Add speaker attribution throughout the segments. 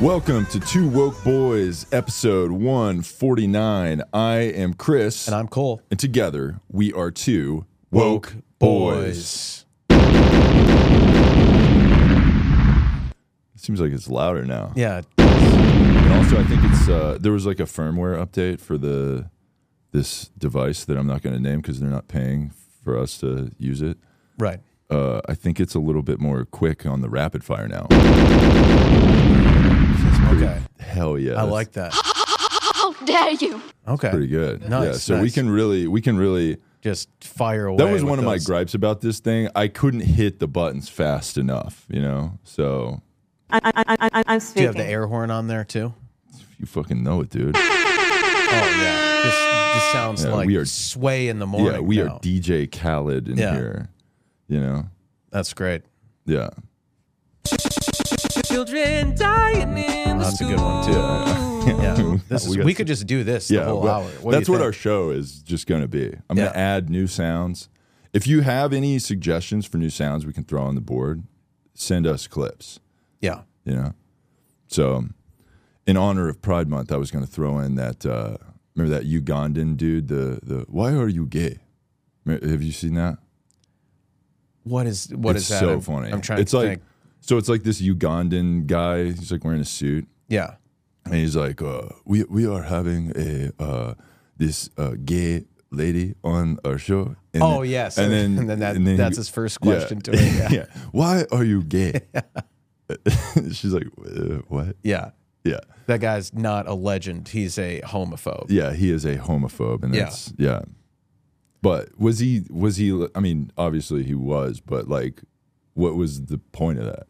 Speaker 1: Welcome to Two Woke Boys, episode 149. I am Chris,
Speaker 2: And I'm Cole.
Speaker 1: and together we are two
Speaker 2: Woke boys.
Speaker 1: Seems like it's louder now.
Speaker 2: Yeah.
Speaker 1: And also, I think it's uh, there was like a firmware update for the this device that I'm not going to name because they're not paying for us to use it.
Speaker 2: Right.
Speaker 1: Uh, I think it's a little bit more quick on the rapid fire now.
Speaker 2: Okay.
Speaker 1: Hell yeah,
Speaker 2: I
Speaker 1: that's
Speaker 2: like that.
Speaker 3: How dare you!
Speaker 2: Okay.
Speaker 1: pretty good. yeah,
Speaker 2: Nice,
Speaker 1: so we
Speaker 2: nice.
Speaker 1: can really we can really
Speaker 2: Just fire away.
Speaker 1: That was
Speaker 2: with
Speaker 1: one of my
Speaker 2: those.
Speaker 1: gripes about this thing. I couldn't hit the buttons fast enough, you know? So
Speaker 4: I, I, I, I, I'm
Speaker 2: Do you
Speaker 4: speaking.
Speaker 2: have the air horn on there too?
Speaker 1: you fucking know it, dude.
Speaker 2: Oh yeah. This, this sounds
Speaker 1: Yeah,
Speaker 2: like
Speaker 1: we are-
Speaker 2: sway in the morning.
Speaker 1: Yeah, we
Speaker 2: now.
Speaker 1: are DJ Khaled in
Speaker 2: Yeah.
Speaker 1: here, you know?
Speaker 2: That's great.
Speaker 1: Yeah.
Speaker 5: Children dying in the
Speaker 2: That's a good one, too.
Speaker 5: school.
Speaker 2: Yeah. This is,
Speaker 1: We got
Speaker 2: we, could just do this
Speaker 1: Yeah.
Speaker 2: the whole
Speaker 1: well,
Speaker 2: hour. What do
Speaker 1: that's
Speaker 2: you
Speaker 1: what
Speaker 2: think?
Speaker 1: our show is just going to be. I'm going to
Speaker 2: Yeah.
Speaker 1: add new sounds. If you have any suggestions for new sounds we can throw on the board, send us clips,
Speaker 2: Yeah.
Speaker 1: you know? So, um, in honor of Pride Month, I was going to throw in that. Uh, remember that Ugandan dude? The the why are you gay? Remember- Have you seen that?
Speaker 2: What is what is
Speaker 1: it's
Speaker 2: that?
Speaker 1: so
Speaker 2: I'm,
Speaker 1: funny.
Speaker 2: I'm trying
Speaker 1: It's
Speaker 2: to
Speaker 1: like
Speaker 2: think.
Speaker 1: so. It's like this Ugandan guy. He's like wearing a suit,
Speaker 2: Yeah.
Speaker 1: and he's like, uh, "We we are having a uh, this uh, gay lady on our show." And
Speaker 2: Oh
Speaker 1: then-
Speaker 2: yes.
Speaker 1: and then
Speaker 2: that
Speaker 1: and then
Speaker 2: that's
Speaker 1: he-
Speaker 2: his first
Speaker 1: yeah.
Speaker 2: question to me. Yeah.
Speaker 1: yeah. Why are you gay? She's like, uh, "What?"
Speaker 2: yeah.
Speaker 1: Yeah.
Speaker 2: That guy's not a legend. He's a homophobe.
Speaker 1: Yeah, he is a homophobe, and
Speaker 2: Yeah.
Speaker 1: that's yeah. But was he? Was he? I mean, obviously he was, but like, what was the point of that?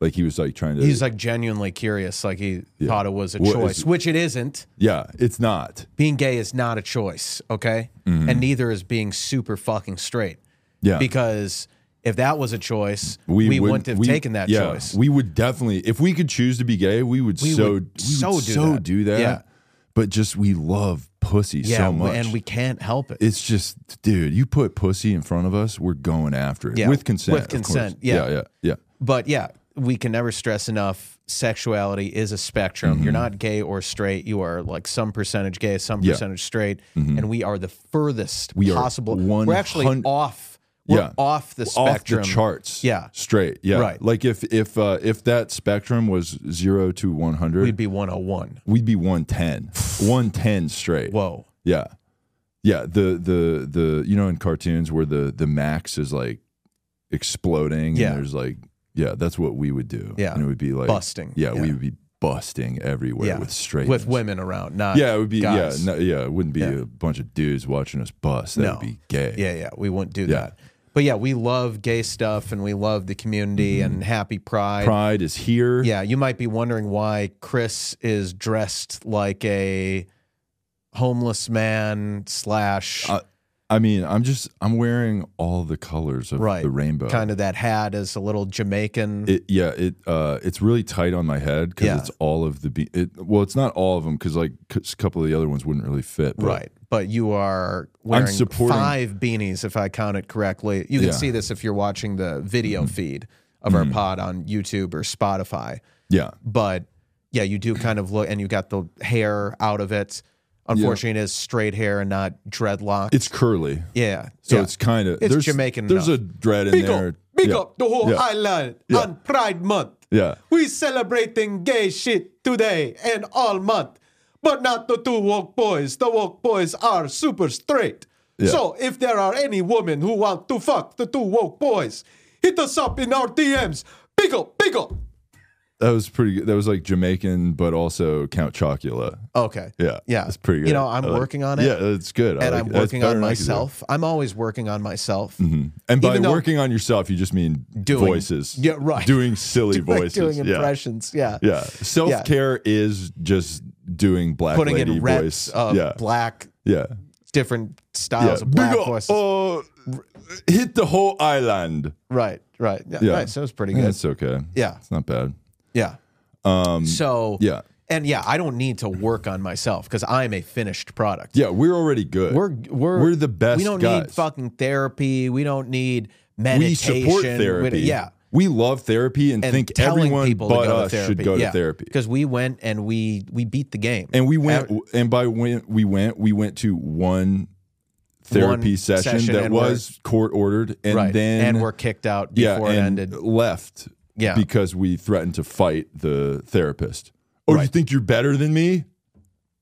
Speaker 1: Like he was like trying to.
Speaker 2: He's like genuinely curious. Like he
Speaker 1: Yeah.
Speaker 2: thought it was a
Speaker 1: What is-
Speaker 2: choice, which it isn't.
Speaker 1: yeah, it's not.
Speaker 2: being gay is not a choice, okay? And neither is being super fucking straight.
Speaker 1: Mm-hmm. Yeah,
Speaker 2: Because if that was a choice, we,
Speaker 1: wouldn't-
Speaker 2: wouldn't have
Speaker 1: we-
Speaker 2: taken that
Speaker 1: yeah,
Speaker 2: choice.
Speaker 1: We would definitely, if we could choose to be gay, we would
Speaker 2: We
Speaker 1: so
Speaker 2: would
Speaker 1: we
Speaker 2: so
Speaker 1: would
Speaker 2: do
Speaker 1: so
Speaker 2: that.
Speaker 1: do that.
Speaker 2: Yeah.
Speaker 1: But just we love pussy
Speaker 2: yeah,
Speaker 1: so
Speaker 2: w-
Speaker 1: much,
Speaker 2: and we can't help it.
Speaker 1: It's just, dude, you put pussy in front of us, we're going after it
Speaker 2: Yeah,
Speaker 1: with consent.
Speaker 2: with
Speaker 1: of course.
Speaker 2: consent, yeah.
Speaker 1: yeah, yeah, yeah.
Speaker 2: but yeah, we can never stress enough sexuality is a spectrum.
Speaker 1: Mm-hmm.
Speaker 2: You're not gay or straight. You are like some percentage gay, some
Speaker 1: Yeah. Mm-hmm.
Speaker 2: percentage straight. And we are the furthest
Speaker 1: We are
Speaker 2: possible.
Speaker 1: one
Speaker 2: we're actually
Speaker 1: hun-
Speaker 2: off. We're
Speaker 1: Yeah.
Speaker 2: off the spectrum.
Speaker 1: off the charts.
Speaker 2: Yeah.
Speaker 1: straight. Yeah,
Speaker 2: Right.
Speaker 1: Like if if uh, if that spectrum was zero to one hundred,
Speaker 2: We'd be 101.
Speaker 1: we'd be one ten. One ten straight.
Speaker 2: Whoa.
Speaker 1: Yeah, yeah. The the the you know in cartoons where the the max is like exploding.
Speaker 2: Yeah.
Speaker 1: and there's like yeah, that's what we would do.
Speaker 2: Yeah.
Speaker 1: and it would be like
Speaker 2: Busting.
Speaker 1: Yeah, we
Speaker 2: Yeah.
Speaker 1: would be busting everywhere
Speaker 2: Yeah.
Speaker 1: with straight
Speaker 2: With women around, not
Speaker 1: Yeah, it would be
Speaker 2: guys.
Speaker 1: yeah no, yeah. It wouldn't be
Speaker 2: Yeah.
Speaker 1: a bunch of dudes watching us bust. That would
Speaker 2: No.
Speaker 1: be gay.
Speaker 2: Yeah, yeah, we wouldn't do
Speaker 1: Yeah.
Speaker 2: that. But yeah, we love gay stuff and we love the community and happy pride.
Speaker 1: Mm-hmm. Pride is here.
Speaker 2: Yeah, you might be wondering why Chris is dressed like a homeless man slash
Speaker 1: Uh, I mean, I'm just I'm wearing all the colors of
Speaker 2: right
Speaker 1: the rainbow.
Speaker 2: Kind of that hat is a little Jamaican.
Speaker 1: It, yeah, it uh, it's really tight on my head because
Speaker 2: Yeah.
Speaker 1: it's all of the be- it, well, it's not all of them because like c- a couple of the other ones wouldn't really fit. but-
Speaker 2: Right, but you are wearing
Speaker 1: supporting-
Speaker 2: five beanies, if I count it correctly. You
Speaker 1: Yeah.
Speaker 2: can
Speaker 1: Mm-hmm.
Speaker 2: see this if you're watching the video feed of our pod on YouTube or Spotify.
Speaker 1: Yeah.
Speaker 2: but yeah, you do kind of look, and you got the hair out of it. Unfortunately, it is straight hair and not dreadlock.
Speaker 1: It's curly,
Speaker 2: yeah,
Speaker 1: so
Speaker 2: yeah.
Speaker 1: it's kind of
Speaker 2: It's
Speaker 1: there's,
Speaker 2: Jamaican
Speaker 1: There's
Speaker 2: enough.
Speaker 1: a dread in
Speaker 2: big
Speaker 1: there.
Speaker 2: up, big
Speaker 1: yeah.
Speaker 2: up the whole
Speaker 1: Yeah.
Speaker 2: island
Speaker 1: Yeah.
Speaker 2: on Pride Month.
Speaker 1: Yeah.
Speaker 2: we celebrating gay shit today and all month, but not the two woke boys. The woke boys are super straight.
Speaker 1: Yeah.
Speaker 2: So if there are any women who want to fuck the two woke boys, hit us up in our DMs. Big up, big up.
Speaker 1: That was pretty. good. That was like Jamaican, but also Count Chocula.
Speaker 2: Okay.
Speaker 1: Yeah,
Speaker 2: Yeah.
Speaker 1: it's pretty good.
Speaker 2: You know, I'm
Speaker 1: I like
Speaker 2: working on it.
Speaker 1: Yeah, it's good. I
Speaker 2: and
Speaker 1: like
Speaker 2: I'm
Speaker 1: it. That's
Speaker 2: working
Speaker 1: better
Speaker 2: on
Speaker 1: than I could do.
Speaker 2: myself. I'm always working on myself.
Speaker 1: And by
Speaker 2: Even though-
Speaker 1: working on yourself, you just mean
Speaker 2: Doing-
Speaker 1: voices.
Speaker 2: Yeah, right.
Speaker 1: Doing silly
Speaker 2: Like
Speaker 1: voices.
Speaker 2: doing
Speaker 1: Yeah.
Speaker 2: impressions. Yeah.
Speaker 1: Yeah. Self care is just doing black
Speaker 2: Putting
Speaker 1: lady
Speaker 2: in
Speaker 1: voice.
Speaker 2: reps of
Speaker 1: yeah.
Speaker 2: black,
Speaker 1: yeah.
Speaker 2: different
Speaker 1: Yeah.
Speaker 2: styles of black
Speaker 1: Big up,
Speaker 2: voices.
Speaker 1: uh, hit the whole island.
Speaker 2: Right, right. Yeah.
Speaker 1: Yeah.
Speaker 2: Nice. That was pretty good.
Speaker 1: That's okay.
Speaker 2: Mm. Yeah.
Speaker 1: It's not bad.
Speaker 2: Yeah. Um, so,
Speaker 1: yeah.
Speaker 2: And yeah, I don't need to work on myself because I'm a finished product.
Speaker 1: Yeah. We're already good.
Speaker 2: We're, we're,
Speaker 1: We're the best
Speaker 2: We don't
Speaker 1: guys.
Speaker 2: need fucking therapy. We don't need meditation.
Speaker 1: support therapy.
Speaker 2: yeah.
Speaker 1: We love therapy and,
Speaker 2: and
Speaker 1: think
Speaker 2: telling
Speaker 1: everyone
Speaker 2: people
Speaker 1: but
Speaker 2: to go
Speaker 1: us
Speaker 2: to therapy.
Speaker 1: should go to therapy.
Speaker 2: because we went and we we beat the game.
Speaker 1: And we went, and by when we went, we went to one therapy
Speaker 2: One
Speaker 1: session,
Speaker 2: session
Speaker 1: that
Speaker 2: and we're-
Speaker 1: was court ordered, and
Speaker 2: right,
Speaker 1: then
Speaker 2: and we're kicked out
Speaker 1: yeah,
Speaker 2: before it
Speaker 1: and
Speaker 2: ended.
Speaker 1: left
Speaker 2: Yeah.
Speaker 1: because we threatened to fight the therapist. Oh, you
Speaker 2: Right.
Speaker 1: think you're better than me?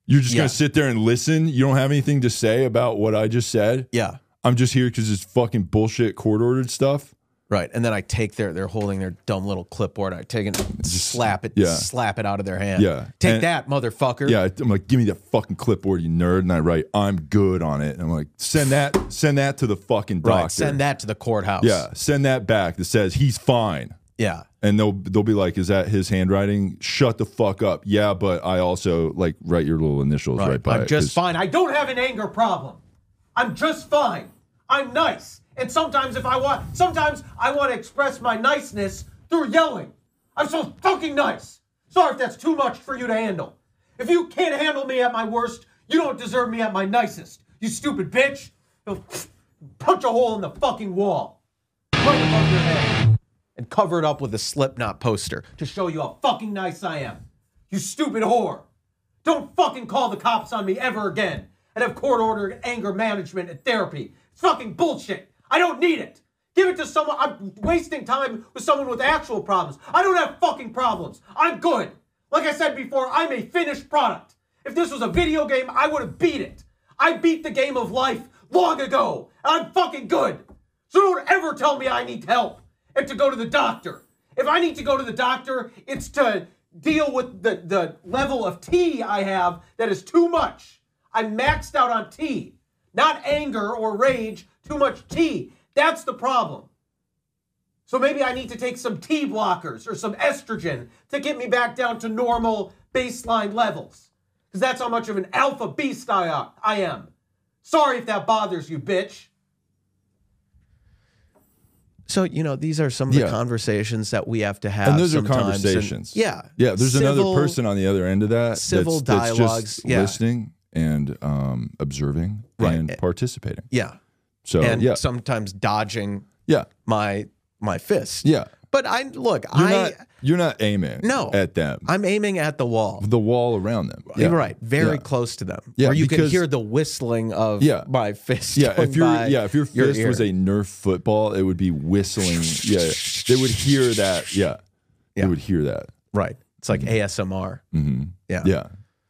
Speaker 1: You're just
Speaker 2: Yeah.
Speaker 1: gonna sit there and listen. You don't have anything to say about what I just said.
Speaker 2: Yeah,
Speaker 1: I'm just here because it's fucking bullshit court ordered stuff.
Speaker 2: right. And then I take their they're holding their dumb little clipboard. I take it, and slap it,
Speaker 1: yeah.
Speaker 2: slap it out of their hand.
Speaker 1: Yeah.
Speaker 2: take
Speaker 1: And-
Speaker 2: that, motherfucker.
Speaker 1: Yeah, I'm like, give me that fucking clipboard, you nerd. And I write, I'm good on it. And I'm like, send that, send that to the fucking doctor.
Speaker 2: right. Send that to the courthouse.
Speaker 1: Yeah, send that back that says he's fine.
Speaker 2: yeah.
Speaker 1: And they'll they'll be like, is that his handwriting? Shut the fuck up. Yeah, but I also like write your little initials right,
Speaker 2: Right.
Speaker 1: by
Speaker 2: I'm
Speaker 1: it,
Speaker 2: just
Speaker 1: 'cause-
Speaker 2: fine.
Speaker 6: I
Speaker 2: I
Speaker 6: don't have an anger problem. I'm just fine. I'm nice. And sometimes if I want, sometimes I want to express my niceness through yelling. I'm so fucking nice. Sorry if that's too much for you to handle. If you can't handle me at my worst, you don't deserve me at my nicest. You stupid bitch. You'll punch a hole in the fucking wall. Right above your head.
Speaker 2: and cover it up with a Slipknot poster.
Speaker 6: To show you how fucking nice I am. You stupid whore. Don't fucking call the cops on me ever again and have court ordered anger management and therapy. It's fucking bullshit. I don't need it. Give it to someone. I'm wasting time with someone with actual problems. I don't have fucking problems. I'm good. Like I said before, I'm a finished product. If this was a video game, I would have beat it. I beat the game of life long ago. And I'm fucking good. So don't ever tell me I need help and to go to the doctor. If I need to go to the doctor, it's to deal with the, the level of tea I have that is too much. I'm maxed out on tea, not anger or rage, too much tea. That's the problem. So maybe I need to take some T blockers or some estrogen to get me back down to normal baseline levels. Because that's how much of an alpha beast I, are, I am. Sorry if that bothers you, bitch.
Speaker 2: So you know, these are some of the
Speaker 1: Yeah.
Speaker 2: conversations that we have to have.
Speaker 1: And those are
Speaker 2: sometimes, and-
Speaker 1: conversations.
Speaker 2: yeah,
Speaker 1: yeah. There's
Speaker 2: Civil-
Speaker 1: another person on the other end of that.
Speaker 2: civil
Speaker 1: that's, that's
Speaker 2: dialogues,
Speaker 1: just
Speaker 2: yeah.
Speaker 1: listening and um, observing
Speaker 2: Right.
Speaker 1: and participating.
Speaker 2: Yeah,
Speaker 1: So
Speaker 2: and
Speaker 1: yeah,
Speaker 2: sometimes dodging
Speaker 1: yeah,
Speaker 2: my my fist.
Speaker 1: yeah.
Speaker 2: But I look,
Speaker 1: You're
Speaker 2: I
Speaker 1: not you're not aiming
Speaker 2: No.
Speaker 1: at them.
Speaker 2: I'm aiming at the wall.
Speaker 1: the wall around them. Yeah.
Speaker 2: You're right, very
Speaker 1: Yeah.
Speaker 2: close to them.
Speaker 1: Yeah,
Speaker 2: where you
Speaker 1: because-
Speaker 2: can hear the whistling of
Speaker 1: Yeah.
Speaker 2: my fist.
Speaker 1: Yeah,
Speaker 2: going
Speaker 1: if your
Speaker 2: by
Speaker 1: yeah, if your fist
Speaker 2: ear.
Speaker 1: was a Nerf football, it would be whistling. Yeah, they would hear that. Yeah,
Speaker 2: Yeah.
Speaker 1: they would hear that.
Speaker 2: right, it's like ASMR. Yeah,
Speaker 1: Mm-hmm. Yeah,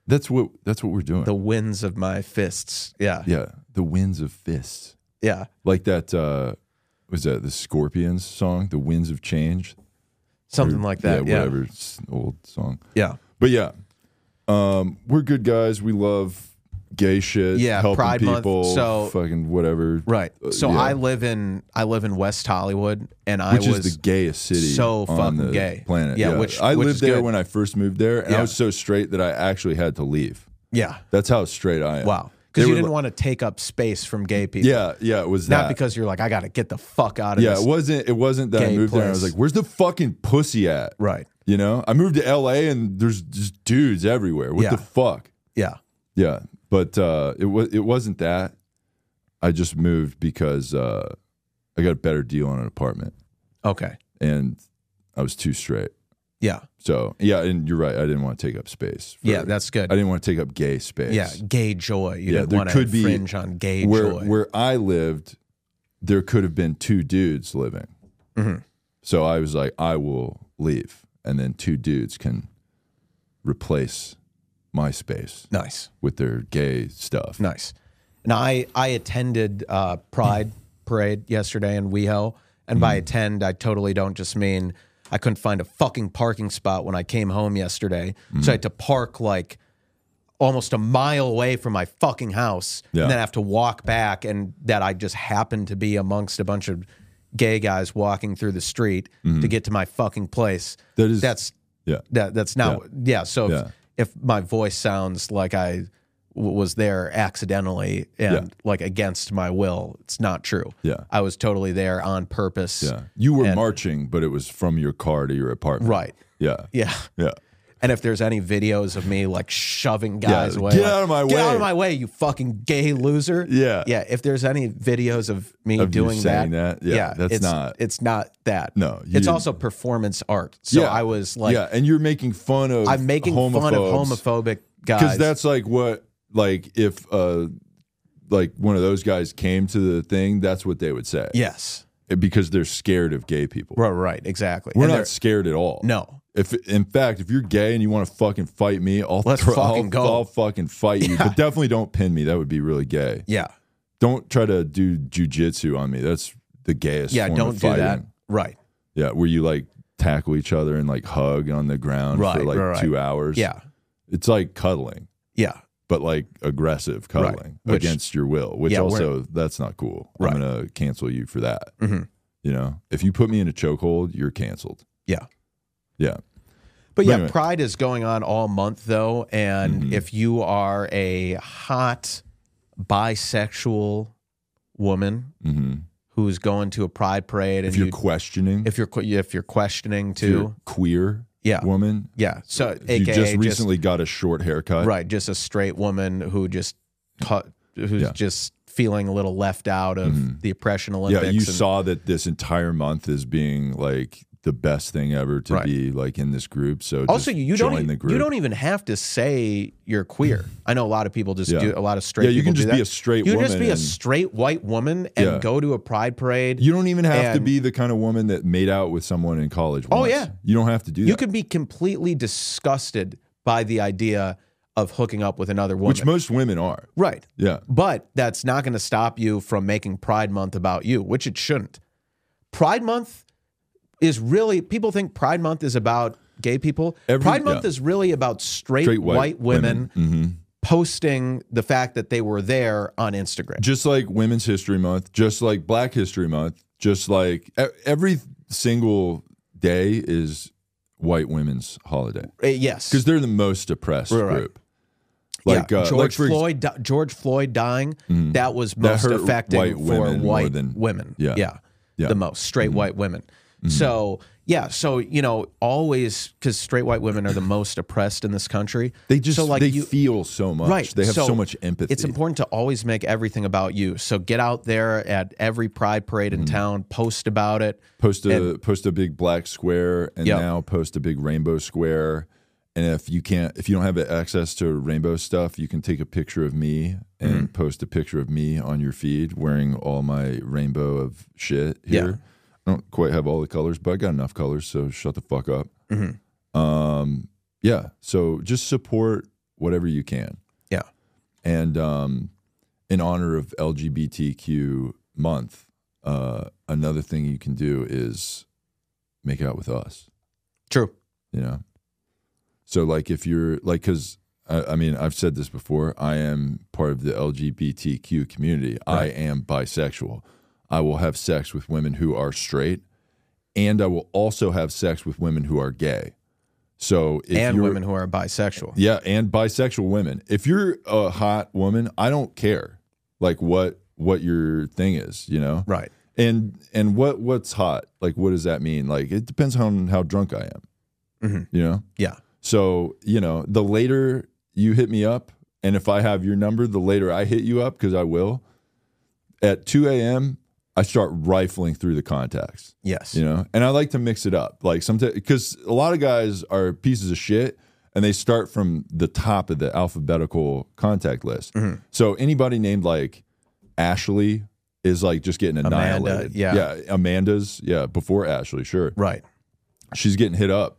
Speaker 1: that's what that's what we're doing.
Speaker 2: the winds of my fists. Yeah, yeah,
Speaker 1: yeah, the winds of fists, like that. uh Was that the Scorpions song, "The Winds of Change"?
Speaker 2: something like that. Yeah,
Speaker 1: whatever s- old song.
Speaker 2: yeah,
Speaker 1: But yeah, um, we're good guys. We love gay shit.
Speaker 2: Yeah,
Speaker 1: helping
Speaker 2: Pride Month,
Speaker 1: people.
Speaker 2: so-
Speaker 1: fucking whatever.
Speaker 2: right.
Speaker 1: Uh,
Speaker 2: So
Speaker 1: yeah.
Speaker 2: I live in I live in West Hollywood, and I
Speaker 1: which
Speaker 2: was
Speaker 1: is the gayest city
Speaker 2: so
Speaker 1: on
Speaker 2: fucking
Speaker 1: the
Speaker 2: gay.
Speaker 1: planet.
Speaker 2: Yeah, which-
Speaker 1: I
Speaker 2: which
Speaker 1: lived
Speaker 2: is
Speaker 1: there
Speaker 2: good.
Speaker 1: when I first moved there, and I
Speaker 2: Yeah.
Speaker 1: was so straight that I actually had to leave.
Speaker 2: yeah.
Speaker 1: That's how straight I am.
Speaker 2: Wow,
Speaker 1: They
Speaker 2: because you
Speaker 1: were
Speaker 2: didn't
Speaker 1: li-
Speaker 2: want to take up space from gay people.
Speaker 1: Yeah, yeah, it was
Speaker 2: not
Speaker 1: that.
Speaker 2: because you're like I got to get the fuck out of
Speaker 1: yeah,
Speaker 2: this.
Speaker 1: it wasn't. It wasn't that I
Speaker 2: gay
Speaker 1: moved there. and I was
Speaker 2: place.
Speaker 1: like, "Where's the fucking pussy at?"
Speaker 2: Right.
Speaker 1: You know, I moved to L.A. and there's just dudes everywhere. What
Speaker 2: Yeah.
Speaker 1: the fuck?
Speaker 2: Yeah.
Speaker 1: Yeah, but uh, it was it wasn't that. I just moved because uh, I got a better deal on an apartment,
Speaker 2: Okay.
Speaker 1: and I was too straight.
Speaker 2: Yeah.
Speaker 1: So yeah, and you're right. I didn't want to take up space. for-
Speaker 2: Yeah, that's good.
Speaker 1: I didn't want to take up gay space.
Speaker 2: Yeah, gay joy. You
Speaker 1: Yeah,
Speaker 2: didn't
Speaker 1: there
Speaker 2: want to
Speaker 1: could be-
Speaker 2: infringe on gay
Speaker 1: where
Speaker 2: joy.
Speaker 1: where I lived, there could have been two dudes living.
Speaker 2: Mm-hmm.
Speaker 1: So I was like, I will leave, and then two dudes can replace my space
Speaker 2: nice,
Speaker 1: with their gay stuff.
Speaker 2: nice. And I I attended uh, Pride Parade yesterday in WeHo, and
Speaker 1: Mm.
Speaker 2: by attend I totally don't just mean I couldn't find a fucking parking spot when I came home yesterday,
Speaker 1: Mm.
Speaker 2: so I had to park like almost a mile away from my fucking house,
Speaker 1: Yeah.
Speaker 2: and then have to walk back, and that I just happened to be amongst a bunch of gay guys walking through the street to get to my fucking place.
Speaker 1: Mm-hmm. That is-
Speaker 2: that's
Speaker 1: Yeah.
Speaker 2: That that's not yeah. so if,
Speaker 1: Yeah.
Speaker 2: if my voice sounds like I w- was there accidentally and
Speaker 1: Yeah.
Speaker 2: like against my will, it's not true.
Speaker 1: Yeah.
Speaker 2: I was totally there on purpose.
Speaker 1: Yeah. You were
Speaker 2: And-
Speaker 1: marching, but it was from your car to your apartment.
Speaker 2: Right.
Speaker 1: Yeah.
Speaker 2: Yeah.
Speaker 1: Yeah.
Speaker 2: And if there's any videos of me like shoving guys away,
Speaker 1: get
Speaker 2: like,
Speaker 1: out of my
Speaker 2: get out
Speaker 1: way."
Speaker 2: of my way, you fucking gay loser.
Speaker 1: Yeah.
Speaker 2: yeah. If there's any videos of me
Speaker 1: Of you
Speaker 2: doing
Speaker 1: saying
Speaker 2: that,
Speaker 1: that? Yeah, that's
Speaker 2: it's,
Speaker 1: not-
Speaker 2: It's not that.
Speaker 1: No, you
Speaker 2: it's
Speaker 1: didn't-
Speaker 2: also performance art. So I was like,
Speaker 1: yeah, and you're making fun of.
Speaker 2: I'm making fun of homophobic guys.
Speaker 1: because that's like what like if uh like one of those guys came to the thing, that's what they would say.
Speaker 2: yes,
Speaker 1: because they're scared of gay people.
Speaker 2: right, right, exactly.
Speaker 1: We're
Speaker 2: And
Speaker 1: not
Speaker 2: they're-
Speaker 1: scared at all.
Speaker 2: No.
Speaker 1: If in fact, if you're gay and you want to fucking fight me, I'll
Speaker 2: Let's
Speaker 1: throw- I'll-
Speaker 2: fucking go.
Speaker 1: I'll fucking fight you. But definitely don't pin me. That would be really gay.
Speaker 2: Yeah,
Speaker 1: Don't try to do jujitsu on me. That's the gayest.
Speaker 2: yeah.
Speaker 1: form
Speaker 2: Don't
Speaker 1: of
Speaker 2: do
Speaker 1: fighting.
Speaker 2: that. Right.
Speaker 1: Yeah, where you like tackle each other and like hug on the ground for
Speaker 2: Right,
Speaker 1: like
Speaker 2: right, right.
Speaker 1: two hours.
Speaker 2: Yeah.
Speaker 1: it's like cuddling,
Speaker 2: Yeah.
Speaker 1: but like aggressive
Speaker 2: Right.
Speaker 1: cuddling
Speaker 2: Which-
Speaker 1: against your will. Which
Speaker 2: Yeah, we're-
Speaker 1: also that's not cool.
Speaker 2: Right.
Speaker 1: I'm gonna cancel you for that.
Speaker 2: hmm
Speaker 1: You know, if you put me in a chokehold, you're canceled.
Speaker 2: Yeah.
Speaker 1: Yeah.
Speaker 2: But
Speaker 1: Wait a
Speaker 2: yeah,
Speaker 1: minute. Mm-hmm.
Speaker 2: Pride is going on all month though, and if you are a hot bisexual woman
Speaker 1: hmm
Speaker 2: who's going to a Pride parade, and
Speaker 1: If you're
Speaker 2: you-
Speaker 1: questioning,
Speaker 2: if you're que- if you're questioning
Speaker 1: if you're
Speaker 2: too,
Speaker 1: queer
Speaker 2: yeah,
Speaker 1: woman,
Speaker 2: yeah. So
Speaker 1: if
Speaker 2: AKA
Speaker 1: you just recently got a short haircut,
Speaker 2: right, just a straight woman who just cut, who's
Speaker 1: Yeah. Mm-hmm.
Speaker 2: just feeling a little left out of the oppression
Speaker 1: Yeah,
Speaker 2: Olympics.
Speaker 1: you
Speaker 2: and-
Speaker 1: saw that this entire month is being like the best thing ever to
Speaker 2: Right.
Speaker 1: be like in this group. So
Speaker 2: Also,
Speaker 1: just
Speaker 2: you you
Speaker 1: join
Speaker 2: don't e-
Speaker 1: the group.
Speaker 2: you don't even have to say you're queer. I know a lot of people just
Speaker 1: Yeah.
Speaker 2: do a lot of straight.
Speaker 1: Yeah, you can
Speaker 2: people do
Speaker 1: just be
Speaker 2: that.
Speaker 1: a straight
Speaker 2: You can just
Speaker 1: woman
Speaker 2: be a
Speaker 1: and-
Speaker 2: straight white woman and
Speaker 1: Yeah.
Speaker 2: go to a pride parade.
Speaker 1: You don't even have to
Speaker 2: And-
Speaker 1: be the kind of woman that made out with someone in college.
Speaker 2: Oh,
Speaker 1: once.
Speaker 2: yeah.
Speaker 1: you don't have to do that.
Speaker 2: You could be completely disgusted by the idea of hooking up with another woman.
Speaker 1: which most women are.
Speaker 2: right.
Speaker 1: Yeah,
Speaker 2: But that's not going to stop you from making Pride Month about you, which it shouldn't. Pride Month is really people think Pride Month is about gay people.
Speaker 1: Every-
Speaker 2: Pride Month
Speaker 1: yeah.
Speaker 2: is really about straight,
Speaker 1: straight
Speaker 2: white,
Speaker 1: white,
Speaker 2: women,
Speaker 1: Mhm.
Speaker 2: posting the fact that they were there on Instagram.
Speaker 1: just like Women's History Month, just like Black History Month, just like e- every single day is white women's holiday
Speaker 2: Uh, yes,
Speaker 1: because they're the most oppressed
Speaker 2: Right, right.
Speaker 1: group.
Speaker 2: Yeah,
Speaker 1: Like uh, like
Speaker 2: George
Speaker 1: for ex- Mm-hmm.
Speaker 2: Floyd, di- George Floyd dying, that was
Speaker 1: That
Speaker 2: most
Speaker 1: hurt
Speaker 2: affecting
Speaker 1: white
Speaker 2: for
Speaker 1: women more
Speaker 2: white
Speaker 1: than-
Speaker 2: women.
Speaker 1: yeah.
Speaker 2: yeah,
Speaker 1: Yeah. Mm-hmm.
Speaker 2: the most straight white women. So yeah, so you know, always because straight white women are the most oppressed in this country.
Speaker 1: They just
Speaker 2: so like
Speaker 1: they
Speaker 2: you,
Speaker 1: feel so much.
Speaker 2: right.
Speaker 1: They have so, much empathy.
Speaker 2: It's important to always make everything about you. So get out there at every pride parade in
Speaker 1: Mm-hmm.
Speaker 2: town, post about it.
Speaker 1: Post a
Speaker 2: and-
Speaker 1: post a big black square, and
Speaker 2: Yeah.
Speaker 1: now post a big rainbow square. And if you can't, if you don't have access to rainbow stuff, you can take a picture of me and
Speaker 2: Mm-hmm.
Speaker 1: post a picture of me on your feed wearing all my rainbow of shit
Speaker 2: Yeah.
Speaker 1: here. I don't quite have all the colors, but I got enough colors, so shut the fuck up.
Speaker 2: Mm-hmm.
Speaker 1: Um, yeah. So just support whatever you can.
Speaker 2: Yeah.
Speaker 1: and um, in honor of LGBTQ month, uh, another thing you can do is make out with us.
Speaker 2: True.
Speaker 1: You know, so like if you're like, because I, I mean, I've said this before. I am part of the LGBTQ community. I am bisexual. I will have sex with women who are straight, and I will also have sex with women who are gay. So if
Speaker 2: and
Speaker 1: you're-
Speaker 2: women who are bisexual.
Speaker 1: yeah, and bisexual women. If you're a hot woman, I don't care like what what your thing is, you know.
Speaker 2: Right.
Speaker 1: And and what what's hot? Like what does that mean? Like it depends on how drunk I am.
Speaker 2: Mhm.
Speaker 1: You know?
Speaker 2: Yeah.
Speaker 1: So, you know, the later you hit me up, and if I have your number, the later I hit you up, because I will. At 2 a.m., I start rifling through the contacts
Speaker 2: Yes.
Speaker 1: you know and i like to mix it up like sometimes because a lot of guys are pieces of shit and they start from the top of the alphabetical contact list
Speaker 2: Mm-hmm.
Speaker 1: so anybody named like ashley is like just getting
Speaker 2: Amanda,
Speaker 1: annihilated
Speaker 2: yeah.
Speaker 1: yeah amanda's yeah before ashley sure
Speaker 2: Right.
Speaker 1: she's getting hit up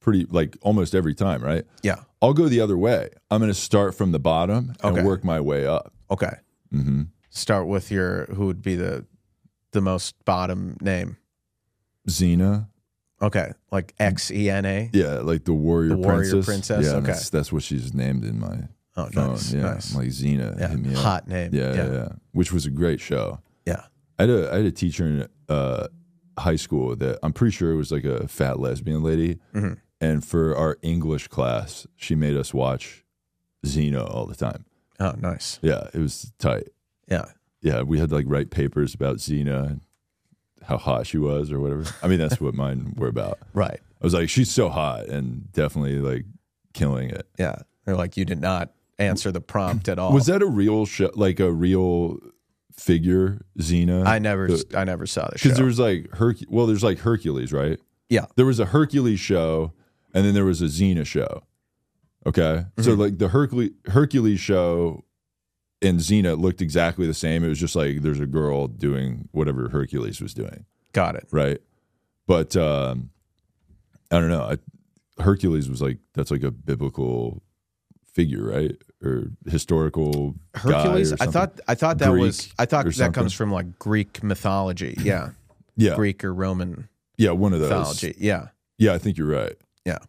Speaker 1: pretty like almost every time right
Speaker 2: Yeah.
Speaker 1: i'll go the other way i'm going to start from the bottom and
Speaker 2: Okay.
Speaker 1: work my way up
Speaker 2: Okay.
Speaker 1: mm-hmm.
Speaker 2: start with your who would be the the most bottom name.
Speaker 1: xena
Speaker 2: Okay, like X E N A.
Speaker 1: yeah like the warrior,
Speaker 2: The warrior
Speaker 1: princess
Speaker 2: princess,
Speaker 1: yeah
Speaker 2: okay.
Speaker 1: that's, that's what she's named in my
Speaker 2: Oh,
Speaker 1: phone.
Speaker 2: nice,
Speaker 1: yeah,
Speaker 2: nice.
Speaker 1: like Xena
Speaker 2: yeah,
Speaker 1: hit me up.
Speaker 2: hot name.
Speaker 1: Yeah, yeah, yeah. Which was a great show.
Speaker 2: yeah.
Speaker 1: I had a I had a teacher in uh, high school that I'm pretty sure was like a fat lesbian lady,
Speaker 2: Mm-hmm.
Speaker 1: and for our English class, she made us watch Xena all the time.
Speaker 2: Oh, nice.
Speaker 1: Yeah, it was tight.
Speaker 2: Yeah,
Speaker 1: Yeah, we had like write papers about Xena and how hot she was or whatever. I mean, that's what mine were about.
Speaker 2: right.
Speaker 1: I was like, she's so hot and definitely like killing it.
Speaker 2: Yeah. They're like, you did not answer the prompt at all.
Speaker 1: Was that a real show? Like a real figure, Xena?
Speaker 2: I never, I never saw the show.
Speaker 1: because there was like Herc. Well, there's like Hercules, right?
Speaker 2: yeah.
Speaker 1: There was a Hercules show, and then there was a Xena show. Okay, so
Speaker 2: Mm-hmm.
Speaker 1: like the Hercules Hercules show and Xena looked exactly the same. It was just like there's a girl doing whatever Hercules was doing.
Speaker 2: Got it.
Speaker 1: right? But um, I don't know. I, Hercules was like that's like a biblical figure, right? Or historical guy or
Speaker 2: Hercules. I
Speaker 1: something.
Speaker 2: thought, I thought that
Speaker 1: Greek
Speaker 2: was, I thought
Speaker 1: or
Speaker 2: that comes from like Greek mythology. Yeah.
Speaker 1: yeah,
Speaker 2: Greek or Roman
Speaker 1: yeah, one of those.
Speaker 2: mythology. Yeah.
Speaker 1: Yeah, I think you're right.
Speaker 2: Yeah.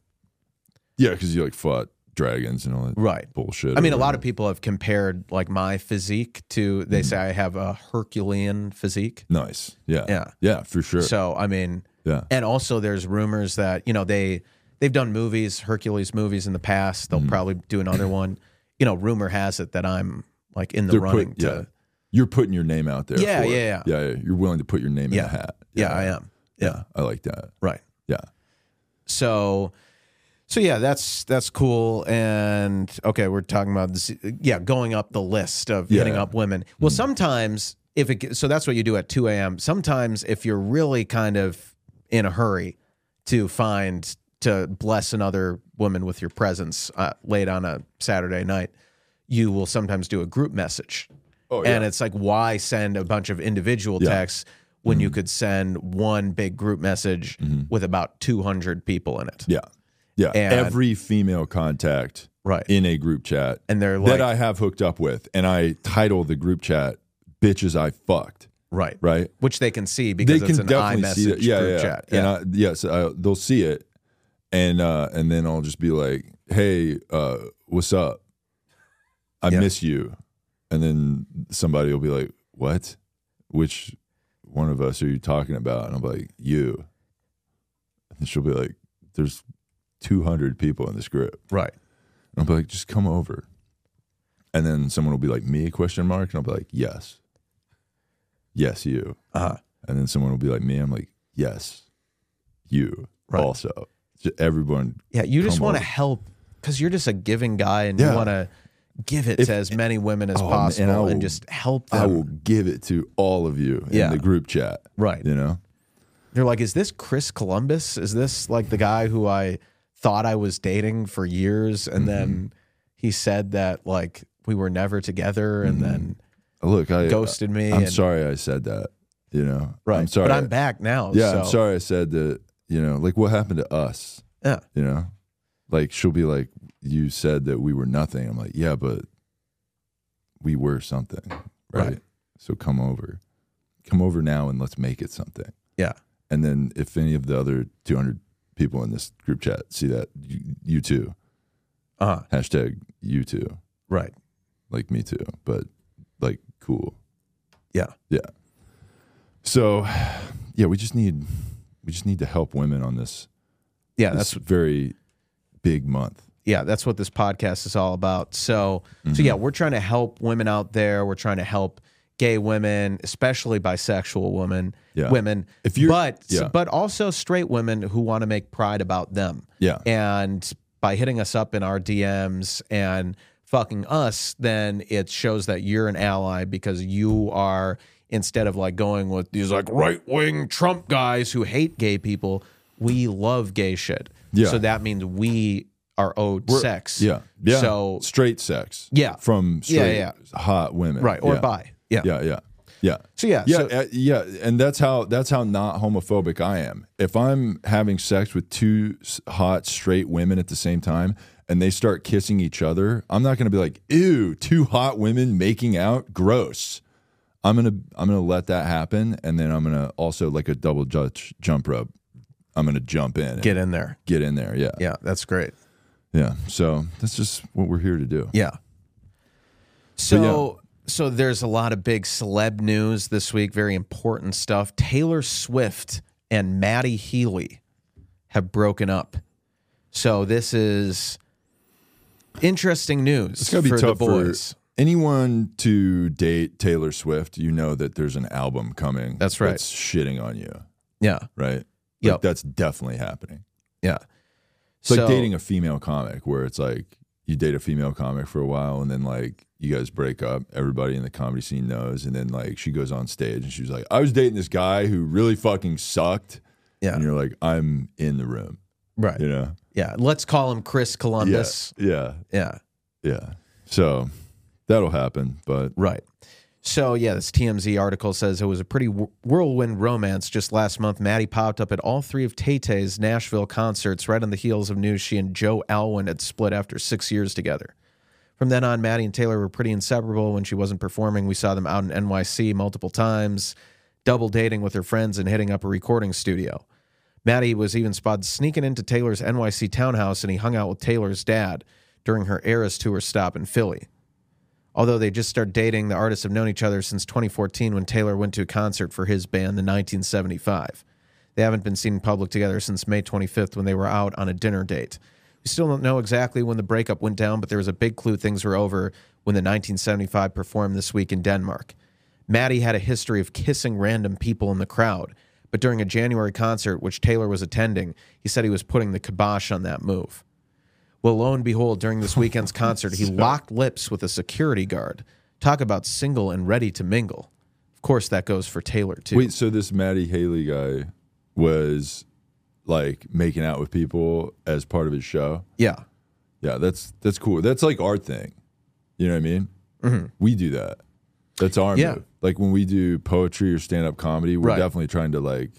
Speaker 1: Yeah, because you like fought dragons and all that
Speaker 2: Right.
Speaker 1: bullshit.
Speaker 2: I mean,
Speaker 1: or
Speaker 2: a lot of people have compared like my physique to,
Speaker 1: Mm-hmm.
Speaker 2: they say I have a Herculean physique.
Speaker 1: whatever. nice. Yeah,
Speaker 2: Yeah.
Speaker 1: yeah, for sure.
Speaker 2: So, I mean,
Speaker 1: yeah,
Speaker 2: and also there's rumors that you know they they've done movies hercules movies in the past
Speaker 1: Mm-hmm.
Speaker 2: they'll probably do another one you know rumor has it that i'm like in the
Speaker 1: They're
Speaker 2: running
Speaker 1: putting-
Speaker 2: to
Speaker 1: yeah. You're putting your name out there.
Speaker 2: Yeah,
Speaker 1: for it.
Speaker 2: yeah,
Speaker 1: yeah, yeah. You're willing to put your name in
Speaker 2: Yeah.
Speaker 1: the hat.
Speaker 2: yeah, i am yeah.
Speaker 1: yeah. I like that.
Speaker 2: right
Speaker 1: Yeah,
Speaker 2: so so yeah that's that's cool and okay we're talking about this, yeah going up the list of
Speaker 1: Yeah. Mm-hmm.
Speaker 2: hitting up women well sometimes if it ge- so that's what you do at 2 a.m sometimes if you're really kind of in a hurry to find to bless another woman with your presence uh, late on a saturday night you will sometimes do a group message
Speaker 1: Oh, yeah.
Speaker 2: and it's like why send a bunch of individual
Speaker 1: Yeah. Mm-hmm.
Speaker 2: texts when you could send one big group message with about 200 people in it
Speaker 1: yeah, yeah.
Speaker 2: And-
Speaker 1: Every female contact
Speaker 2: right
Speaker 1: in a group chat
Speaker 2: and they're like
Speaker 1: that I have hooked up with, and I title the group chat "Bitches I Fucked."
Speaker 2: right
Speaker 1: Right?
Speaker 2: which they can see because
Speaker 1: they
Speaker 2: it's
Speaker 1: can
Speaker 2: an
Speaker 1: definitely
Speaker 2: iMessage
Speaker 1: see that. Yeah,
Speaker 2: group
Speaker 1: yeah.
Speaker 2: chat
Speaker 1: And I, yes, I, they'll see it, and uh, and then I'll just be like, "Hey, uh, what's up? I
Speaker 2: Yeah.
Speaker 1: miss you," and then somebody will be like, "What? Which one of us are you talking about?" And I'm like, "You," and she'll be like, "There's 200 people in this group."
Speaker 2: right
Speaker 1: And I'll be like, just come over. And then someone will be like, me, question mark. And I'll be like, yes. Yes, you.
Speaker 2: Uh-huh.
Speaker 1: And then someone will be like, me. I'm like, yes, you
Speaker 2: Right.
Speaker 1: also. Ju- everyone.
Speaker 2: yeah you just
Speaker 1: Come
Speaker 2: want to
Speaker 1: over.
Speaker 2: help because you're just a giving guy and you
Speaker 1: Yeah.
Speaker 2: want to give it to as many women as
Speaker 1: Oh, man,
Speaker 2: possible
Speaker 1: I
Speaker 2: and,
Speaker 1: will-
Speaker 2: just help
Speaker 1: I
Speaker 2: them
Speaker 1: will give it to all of you
Speaker 2: Yeah.
Speaker 1: in the group chat.
Speaker 2: Right.
Speaker 1: You know?
Speaker 2: they're like is this chris columbus is this like the guy who i thought i was dating for years
Speaker 1: Mm-hmm.
Speaker 2: and then he said that like we were never together and then
Speaker 1: Look, I
Speaker 2: ghosted me
Speaker 1: Mm-hmm. I'm
Speaker 2: and,
Speaker 1: sorry I said that. You know?
Speaker 2: right
Speaker 1: I'm sorry.
Speaker 2: but i'm back now
Speaker 1: Yeah,
Speaker 2: Oh, so,
Speaker 1: I'm sorry I said that. You know, like what happened to us?
Speaker 2: yeah
Speaker 1: you know like she'll be like you said that we were nothing i'm like yeah but we were something right,
Speaker 2: Right.
Speaker 1: so come over come over now and let's make it something
Speaker 2: yeah
Speaker 1: and then if any of the other 200 people in this group chat see that you, you too
Speaker 2: uh
Speaker 1: hashtag you too
Speaker 2: right
Speaker 1: like me too but like cool
Speaker 2: yeah
Speaker 1: yeah so yeah we just need we just need to help women on this
Speaker 2: yeah
Speaker 1: this
Speaker 2: that's
Speaker 1: very big month
Speaker 2: yeah, that's what this podcast is all about. So,
Speaker 1: Mm-hmm.
Speaker 2: so yeah, we're trying to help women out there. We're trying to help gay women, especially bisexual women,
Speaker 1: Yeah.
Speaker 2: women.
Speaker 1: If you're-
Speaker 2: but
Speaker 1: yeah.
Speaker 2: but also straight women who want to make pride about them.
Speaker 1: Yeah.
Speaker 2: and by hitting us up in our DMs and fucking us, then it shows that you're an ally because you are instead of like going with these like right wing Trump guys who hate gay people. We love gay shit.
Speaker 1: Yeah.
Speaker 2: So that means we are owed sex.
Speaker 1: Yeah. Yeah.
Speaker 2: So
Speaker 1: straight sex.
Speaker 2: Yeah.
Speaker 1: From
Speaker 2: Yeah,
Speaker 1: straight
Speaker 2: yeah.
Speaker 1: hot women.
Speaker 2: right or
Speaker 1: yeah.
Speaker 2: by Yeah.
Speaker 1: Yeah. Yeah. Yeah.
Speaker 2: So yeah.
Speaker 1: Yeah,
Speaker 2: so-
Speaker 1: uh, yeah, and that's how that's how not homophobic I am. If I'm having sex with two s- hot straight women at the same time and they start kissing each other, I'm not going to be like, "Ew, two hot women making out, gross." I'm going to I'm going to let that happen and then I'm going to also like a double judge jump rope. I'm going to jump in. and
Speaker 2: get in there.
Speaker 1: get in there. Yeah.
Speaker 2: Yeah. That's great.
Speaker 1: Yeah. So, that's just what we're here to do.
Speaker 2: Yeah. So so there's a lot of big celeb news this week. Very important stuff. Taylor Swift and Maddie Healy have broken up. So this is interesting news
Speaker 1: It's gotta be
Speaker 2: for
Speaker 1: tough
Speaker 2: the boys.
Speaker 1: for anyone to date Taylor Swift. You know that there's an album coming.
Speaker 2: That's right.
Speaker 1: That's shitting on you,
Speaker 2: yeah.
Speaker 1: right? Like,
Speaker 2: Yep.
Speaker 1: That's definitely happening.
Speaker 2: Yeah.
Speaker 1: It's like dating a female comic where it's like you date a female comic for a while and then like you guys break up. Everybody in the comedy scene knows. And then like she goes on stage and she's like, I was dating this guy who really fucking sucked.
Speaker 2: Yeah.
Speaker 1: And you're like, I'm in the room.
Speaker 2: Right.
Speaker 1: You know?
Speaker 2: Yeah. Let's call him Chris Columbus.
Speaker 1: Yeah.
Speaker 2: yeah.
Speaker 1: Yeah. So that'll happen. But
Speaker 2: Right. So yeah, this TMZ article says it was a pretty wh- whirlwind romance. Just last month, Maddie popped up at all three of Tay Tay's Nashville concerts, right on the heels of news she and Joe Alwyn had split after six years together. From then on, Maddie and Taylor were pretty inseparable. When she wasn't performing, we saw them out in NYC multiple times, double dating with her friends and hitting up a recording studio. Maddie was even spotted sneaking into Taylor's NYC townhouse, and he hung out with Taylor's dad during her Eras tour stop in Philly. Although they just started dating, the artists have known each other since 2014 when Taylor went to a concert for his band in 1975. They haven't been seen in public together since May 25th when they were out on a dinner date. We still don't know exactly when the breakup went down, but there was a big clue things were over when the 1975 performed this week in Denmark. Maddie had a history of kissing random people in the crowd, but during a January concert which Taylor was attending, he said he was putting the kibosh on that move. Well, lo and behold, during this weekend's concert, he locked lips with a security guard. Talk about single and ready to mingle. Of course, that goes for Taylor too.
Speaker 1: wait, so this Maddie Haley guy was like making out with people as part of his show?
Speaker 2: Yeah,
Speaker 1: Yeah, that's that's cool. That's like our thing. You know what I mean? We do that. That's our
Speaker 2: Mm-hmm. Yeah.
Speaker 1: move. Like when we do poetry or stand up comedy, we're
Speaker 2: Right.
Speaker 1: definitely trying to like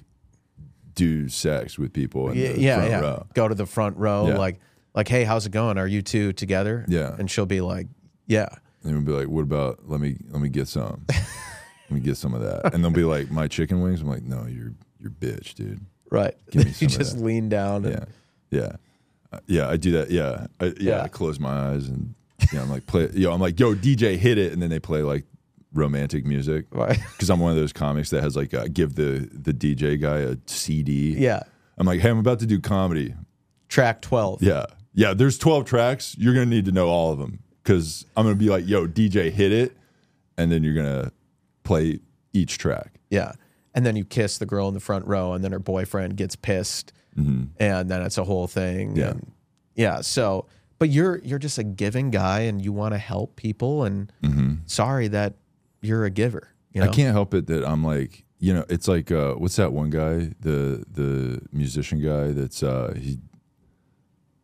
Speaker 1: do sex with people in
Speaker 2: yeah,
Speaker 1: the
Speaker 2: yeah.
Speaker 1: front
Speaker 2: yeah.
Speaker 1: row.
Speaker 2: Go to the front row,
Speaker 1: Yeah.
Speaker 2: like, like, hey, how's it going? Are you two together?
Speaker 1: Yeah.
Speaker 2: and she'll be like, yeah,
Speaker 1: And we'll be like, "What about? Let me let me get some. let me get some of that." And they'll be like, "My chicken wings." I'm like, "No, you're you're bitch, dude."
Speaker 2: right.
Speaker 1: Give me some
Speaker 2: you
Speaker 1: of
Speaker 2: just
Speaker 1: that.
Speaker 2: lean down.
Speaker 1: Yeah,
Speaker 2: And,
Speaker 1: yeah, Uh, yeah. I do that. Yeah, I, yeah,
Speaker 2: Yeah.
Speaker 1: I close my eyes and you know, I'm like, play. Yo, I'm like, yo, DJ, hit it, and then they play like romantic music.
Speaker 2: Right.
Speaker 1: Because I'm one of those comics that has like, uh, give the the DJ guy a CD.
Speaker 2: yeah.
Speaker 1: I'm like, hey, I'm about to do comedy.
Speaker 2: Track twelve.
Speaker 1: Yeah, yeah. There's 12 tracks. You're gonna need to know all of them because I'm gonna be like, yo, DJ, hit it, and then you're gonna play each track.
Speaker 2: Yeah. And then you kiss the girl in the front row, and then her boyfriend gets pissed,
Speaker 1: Mm-hmm.
Speaker 2: and then it's a whole thing.
Speaker 1: Yeah.
Speaker 2: and- yeah. So, but you're you're just a giving guy, and you want to help people, and sorry that you're a giver. You know?
Speaker 1: Mm-hmm. I can't help it that I'm like, you know, it's like uh, what's that one guy, the the musician guy that's uh, he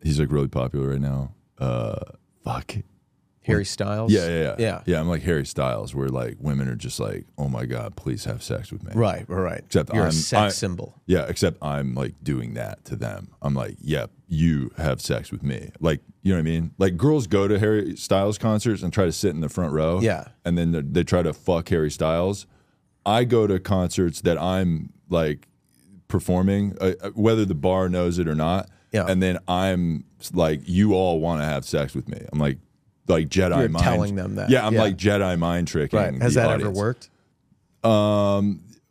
Speaker 1: he's like really popular right now. Uh, fuck.
Speaker 2: Harry Styles.
Speaker 1: Yeah, yeah, yeah,
Speaker 2: yeah.
Speaker 1: I'm like Harry Styles, where like women are just like, oh my god, please have sex with me.
Speaker 2: Right. Right.
Speaker 1: Except
Speaker 2: you're
Speaker 1: I'm-
Speaker 2: a sex
Speaker 1: I-
Speaker 2: symbol.
Speaker 1: Yeah, except I'm like doing that to them. I'm like, yep, you have sex with me. Like, you know what I mean? Like, girls go to Harry Styles concerts and try to sit in the front row.
Speaker 2: Yeah.
Speaker 1: And then they- they try to fuck Harry Styles. I go to concerts that I'm like performing, uh, uh, whether the bar knows it or not.
Speaker 2: Yeah.
Speaker 1: And then I'm like, you all want to have sex with me. I'm like, like Jedi
Speaker 2: You're
Speaker 1: mind.
Speaker 2: telling them that.
Speaker 1: Yeah, I'm
Speaker 2: Yeah.
Speaker 1: like Jedi mind tricking.
Speaker 2: Right. Has
Speaker 1: the
Speaker 2: that ever
Speaker 1: audience.
Speaker 2: worked?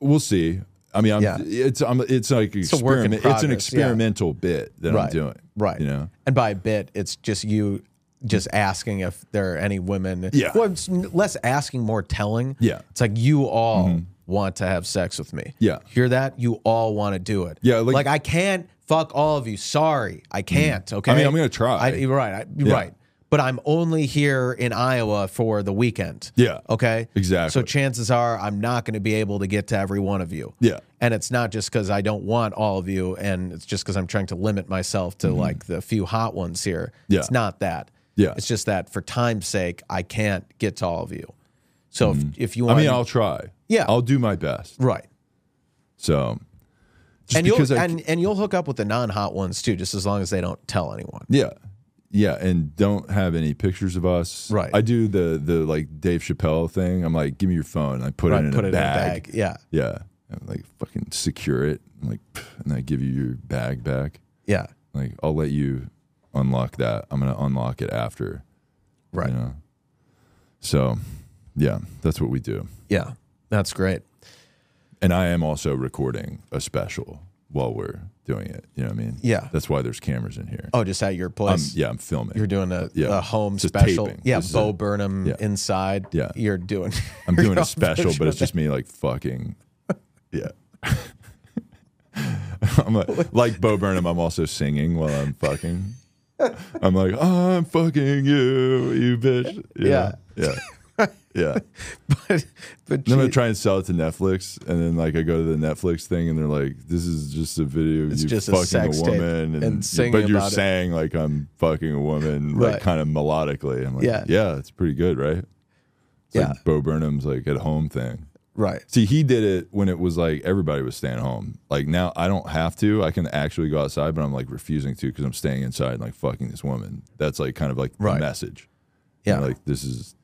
Speaker 1: We'll see. I mean, I'm,
Speaker 2: Yeah.
Speaker 1: it's I'm, it's like
Speaker 2: a work in
Speaker 1: experiment. It's an
Speaker 2: progress, yeah.
Speaker 1: experimental bit that I'm
Speaker 2: right.
Speaker 1: doing.
Speaker 2: Right.
Speaker 1: You know.
Speaker 2: And by a bit, it's just you just asking if there are any women.
Speaker 1: Yeah.
Speaker 2: Well, it's n- less asking, more telling.
Speaker 1: Yeah. Mm-hmm.
Speaker 2: It's like you all want to have sex with me.
Speaker 1: Yeah.
Speaker 2: Hear that? You all want to do it.
Speaker 1: Yeah, like- Mm-hmm.
Speaker 2: Like, I can't fuck all of you. Sorry, I can't. Okay.
Speaker 1: I mean, I'm gonna try.
Speaker 2: I, you're right. I, you're Right. But I'm only here in Iowa for the weekend.
Speaker 1: Yeah.
Speaker 2: Okay.
Speaker 1: Exactly.
Speaker 2: So chances are I'm not going to be able to get to every one of you.
Speaker 1: Yeah.
Speaker 2: And it's not just because I don't want all of you, and it's just because I'm trying to limit myself to like the few hot ones here.
Speaker 1: Mm-hmm. Yeah.
Speaker 2: It's not that.
Speaker 1: Yeah.
Speaker 2: It's just that for time's sake, I can't get to all of you. So if, if you
Speaker 1: Mm-hmm. I
Speaker 2: want,
Speaker 1: mean, I'll try.
Speaker 2: Yeah.
Speaker 1: I'll do my best.
Speaker 2: right.
Speaker 1: So. Just
Speaker 2: and you'll
Speaker 1: because I,
Speaker 2: and, and you'll hook up with the non-hot ones too, just as long as they don't tell anyone.
Speaker 1: yeah, yeah, and don't have any pictures of us.
Speaker 2: Right.
Speaker 1: I do the the like Dave Chappelle thing. I'm like, give me your phone. And I put it in
Speaker 2: Put
Speaker 1: a
Speaker 2: it
Speaker 1: bag.
Speaker 2: in a bag. Yeah.
Speaker 1: Yeah. I'm like fucking secure it. I'm like, "Pff," and I give you your bag back.
Speaker 2: Yeah.
Speaker 1: Like, I'll let you unlock that. I'm gonna unlock it after.
Speaker 2: Right.
Speaker 1: you know. So, yeah, that's what we do.
Speaker 2: yeah. That's great.
Speaker 1: And I am also recording a special while we're doing it. You know what I mean?
Speaker 2: Yeah.
Speaker 1: That's why there's cameras in here.
Speaker 2: Oh, just at your
Speaker 1: I'm,
Speaker 2: place.
Speaker 1: Um, yeah, I'm filming.
Speaker 2: You're doing a,
Speaker 1: Yeah.
Speaker 2: a home
Speaker 1: It's a
Speaker 2: special.
Speaker 1: taping.
Speaker 2: Yeah,
Speaker 1: This is
Speaker 2: Bo
Speaker 1: a-
Speaker 2: Burnham
Speaker 1: yeah.
Speaker 2: inside.
Speaker 1: Yeah.
Speaker 2: You're doing
Speaker 1: I'm
Speaker 2: your
Speaker 1: doing a
Speaker 2: own
Speaker 1: special,
Speaker 2: version
Speaker 1: but it's
Speaker 2: of that.
Speaker 1: just me like fucking. Yeah. I'm like, like Bo Burnham, I'm also singing while I'm fucking. I'm like, "Oh, I'm fucking you, you bitch. Yeah. Yeah. Yeah.
Speaker 2: but but
Speaker 1: Then I'm gonna
Speaker 2: she-
Speaker 1: try and sell it to Netflix, and then like I go to the Netflix thing, and they're like, "This is just a video of
Speaker 2: It's
Speaker 1: you
Speaker 2: just a
Speaker 1: fucking
Speaker 2: sex
Speaker 1: a
Speaker 2: tape
Speaker 1: woman,"
Speaker 2: and
Speaker 1: you-
Speaker 2: singing
Speaker 1: but you're
Speaker 2: about it.
Speaker 1: saying like I'm fucking a woman,
Speaker 2: Right.
Speaker 1: like kind of melodically. I'm like,
Speaker 2: Yeah.
Speaker 1: "Yeah, it's pretty good, right?" It's
Speaker 2: yeah,
Speaker 1: like Bo Burnham's like at home thing.
Speaker 2: right.
Speaker 1: See, he did it when it was like everybody was staying home. Like now, I don't have to. I can actually go outside, but I'm like refusing to because I'm staying inside and like fucking this woman. That's like kind of like
Speaker 2: Right.
Speaker 1: the message. You
Speaker 2: Yeah,
Speaker 1: know, like this is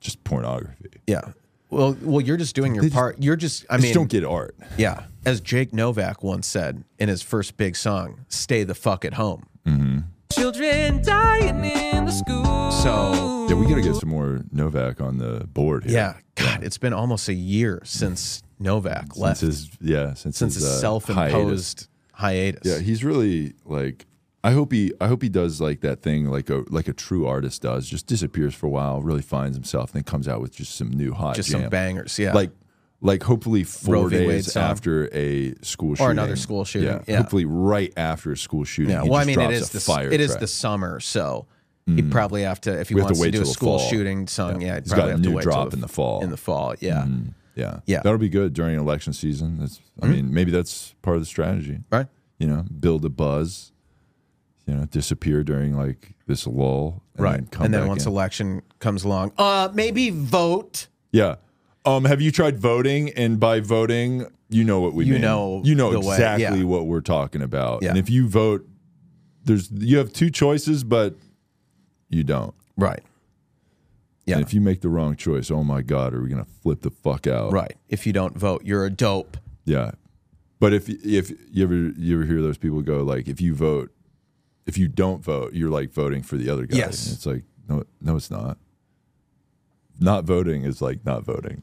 Speaker 1: just pornography.
Speaker 2: yeah. Well, well, you're just doing your
Speaker 1: They just-
Speaker 2: part. You're just. I
Speaker 1: I
Speaker 2: mean,
Speaker 1: just don't get art.
Speaker 2: yeah. As Jake Novak once said in his first big song, "Stay the fuck at home."
Speaker 5: Children dying in the school.
Speaker 2: So
Speaker 1: Yeah, we gotta get some more Novak on the board here.
Speaker 2: Mm-hmm. yeah, God, it's been almost a year since Novak
Speaker 1: since
Speaker 2: left.
Speaker 1: his yeah, since,
Speaker 2: since his
Speaker 1: uh, hiatus.
Speaker 2: self-imposed hiatus.
Speaker 1: Yeah, he's really like. I hope he. I hope he does like that thing, like a like a true artist does. Just disappears for a while, really finds himself, and then comes out with just some new hot
Speaker 2: just
Speaker 1: jam.
Speaker 2: some bangers. Yeah,
Speaker 1: Like, like hopefully
Speaker 2: Roe
Speaker 1: four
Speaker 2: v. Wade
Speaker 1: days
Speaker 2: song.
Speaker 1: after a school shooting
Speaker 2: Or another school shooting, yeah.
Speaker 1: hopefully right after a school shooting.
Speaker 2: yeah.
Speaker 1: he
Speaker 2: Well, I
Speaker 1: just
Speaker 2: mean, it
Speaker 1: drops
Speaker 2: is
Speaker 1: a
Speaker 2: the
Speaker 1: fire.
Speaker 2: it is
Speaker 1: track. Mm-hmm.
Speaker 2: the summer, so he'd probably have to if he
Speaker 1: We have to
Speaker 2: wants to,
Speaker 1: wait
Speaker 2: do a
Speaker 1: till the
Speaker 2: school
Speaker 1: fall.
Speaker 2: shooting song. Yeah, he'd
Speaker 1: He's
Speaker 2: probably
Speaker 1: got a
Speaker 2: have to
Speaker 1: new
Speaker 2: wait till
Speaker 1: drop in the fall. Mm-hmm.
Speaker 2: in the fall. Yeah,
Speaker 1: yeah,
Speaker 2: yeah. Mm-hmm.
Speaker 1: That'll be good during election season. That's. I mean, maybe that's part of the strategy.
Speaker 2: right.
Speaker 1: you know, build a buzz, you know, disappear during like this lull, and Then come
Speaker 2: and then
Speaker 1: back
Speaker 2: once
Speaker 1: in.
Speaker 2: election comes along, uh, maybe vote.
Speaker 1: yeah. Um, have you tried voting? And by voting, you know what we
Speaker 2: You
Speaker 1: mean.
Speaker 2: know
Speaker 1: you know
Speaker 2: the way,
Speaker 1: exactly
Speaker 2: yeah.
Speaker 1: what we're talking about.
Speaker 2: Yeah.
Speaker 1: And if you vote, there's you have two choices, but you don't.
Speaker 2: Right. Yeah.
Speaker 1: And if you make the wrong choice, oh my god, are we gonna flip the fuck out?
Speaker 2: right. If you don't vote, you're a dope.
Speaker 1: Yeah. But if if you ever you ever hear those people go like if you vote if you don't vote, you're like voting for the other guy.
Speaker 2: Yes.
Speaker 1: And it's like no no it's not. Not voting is like not voting.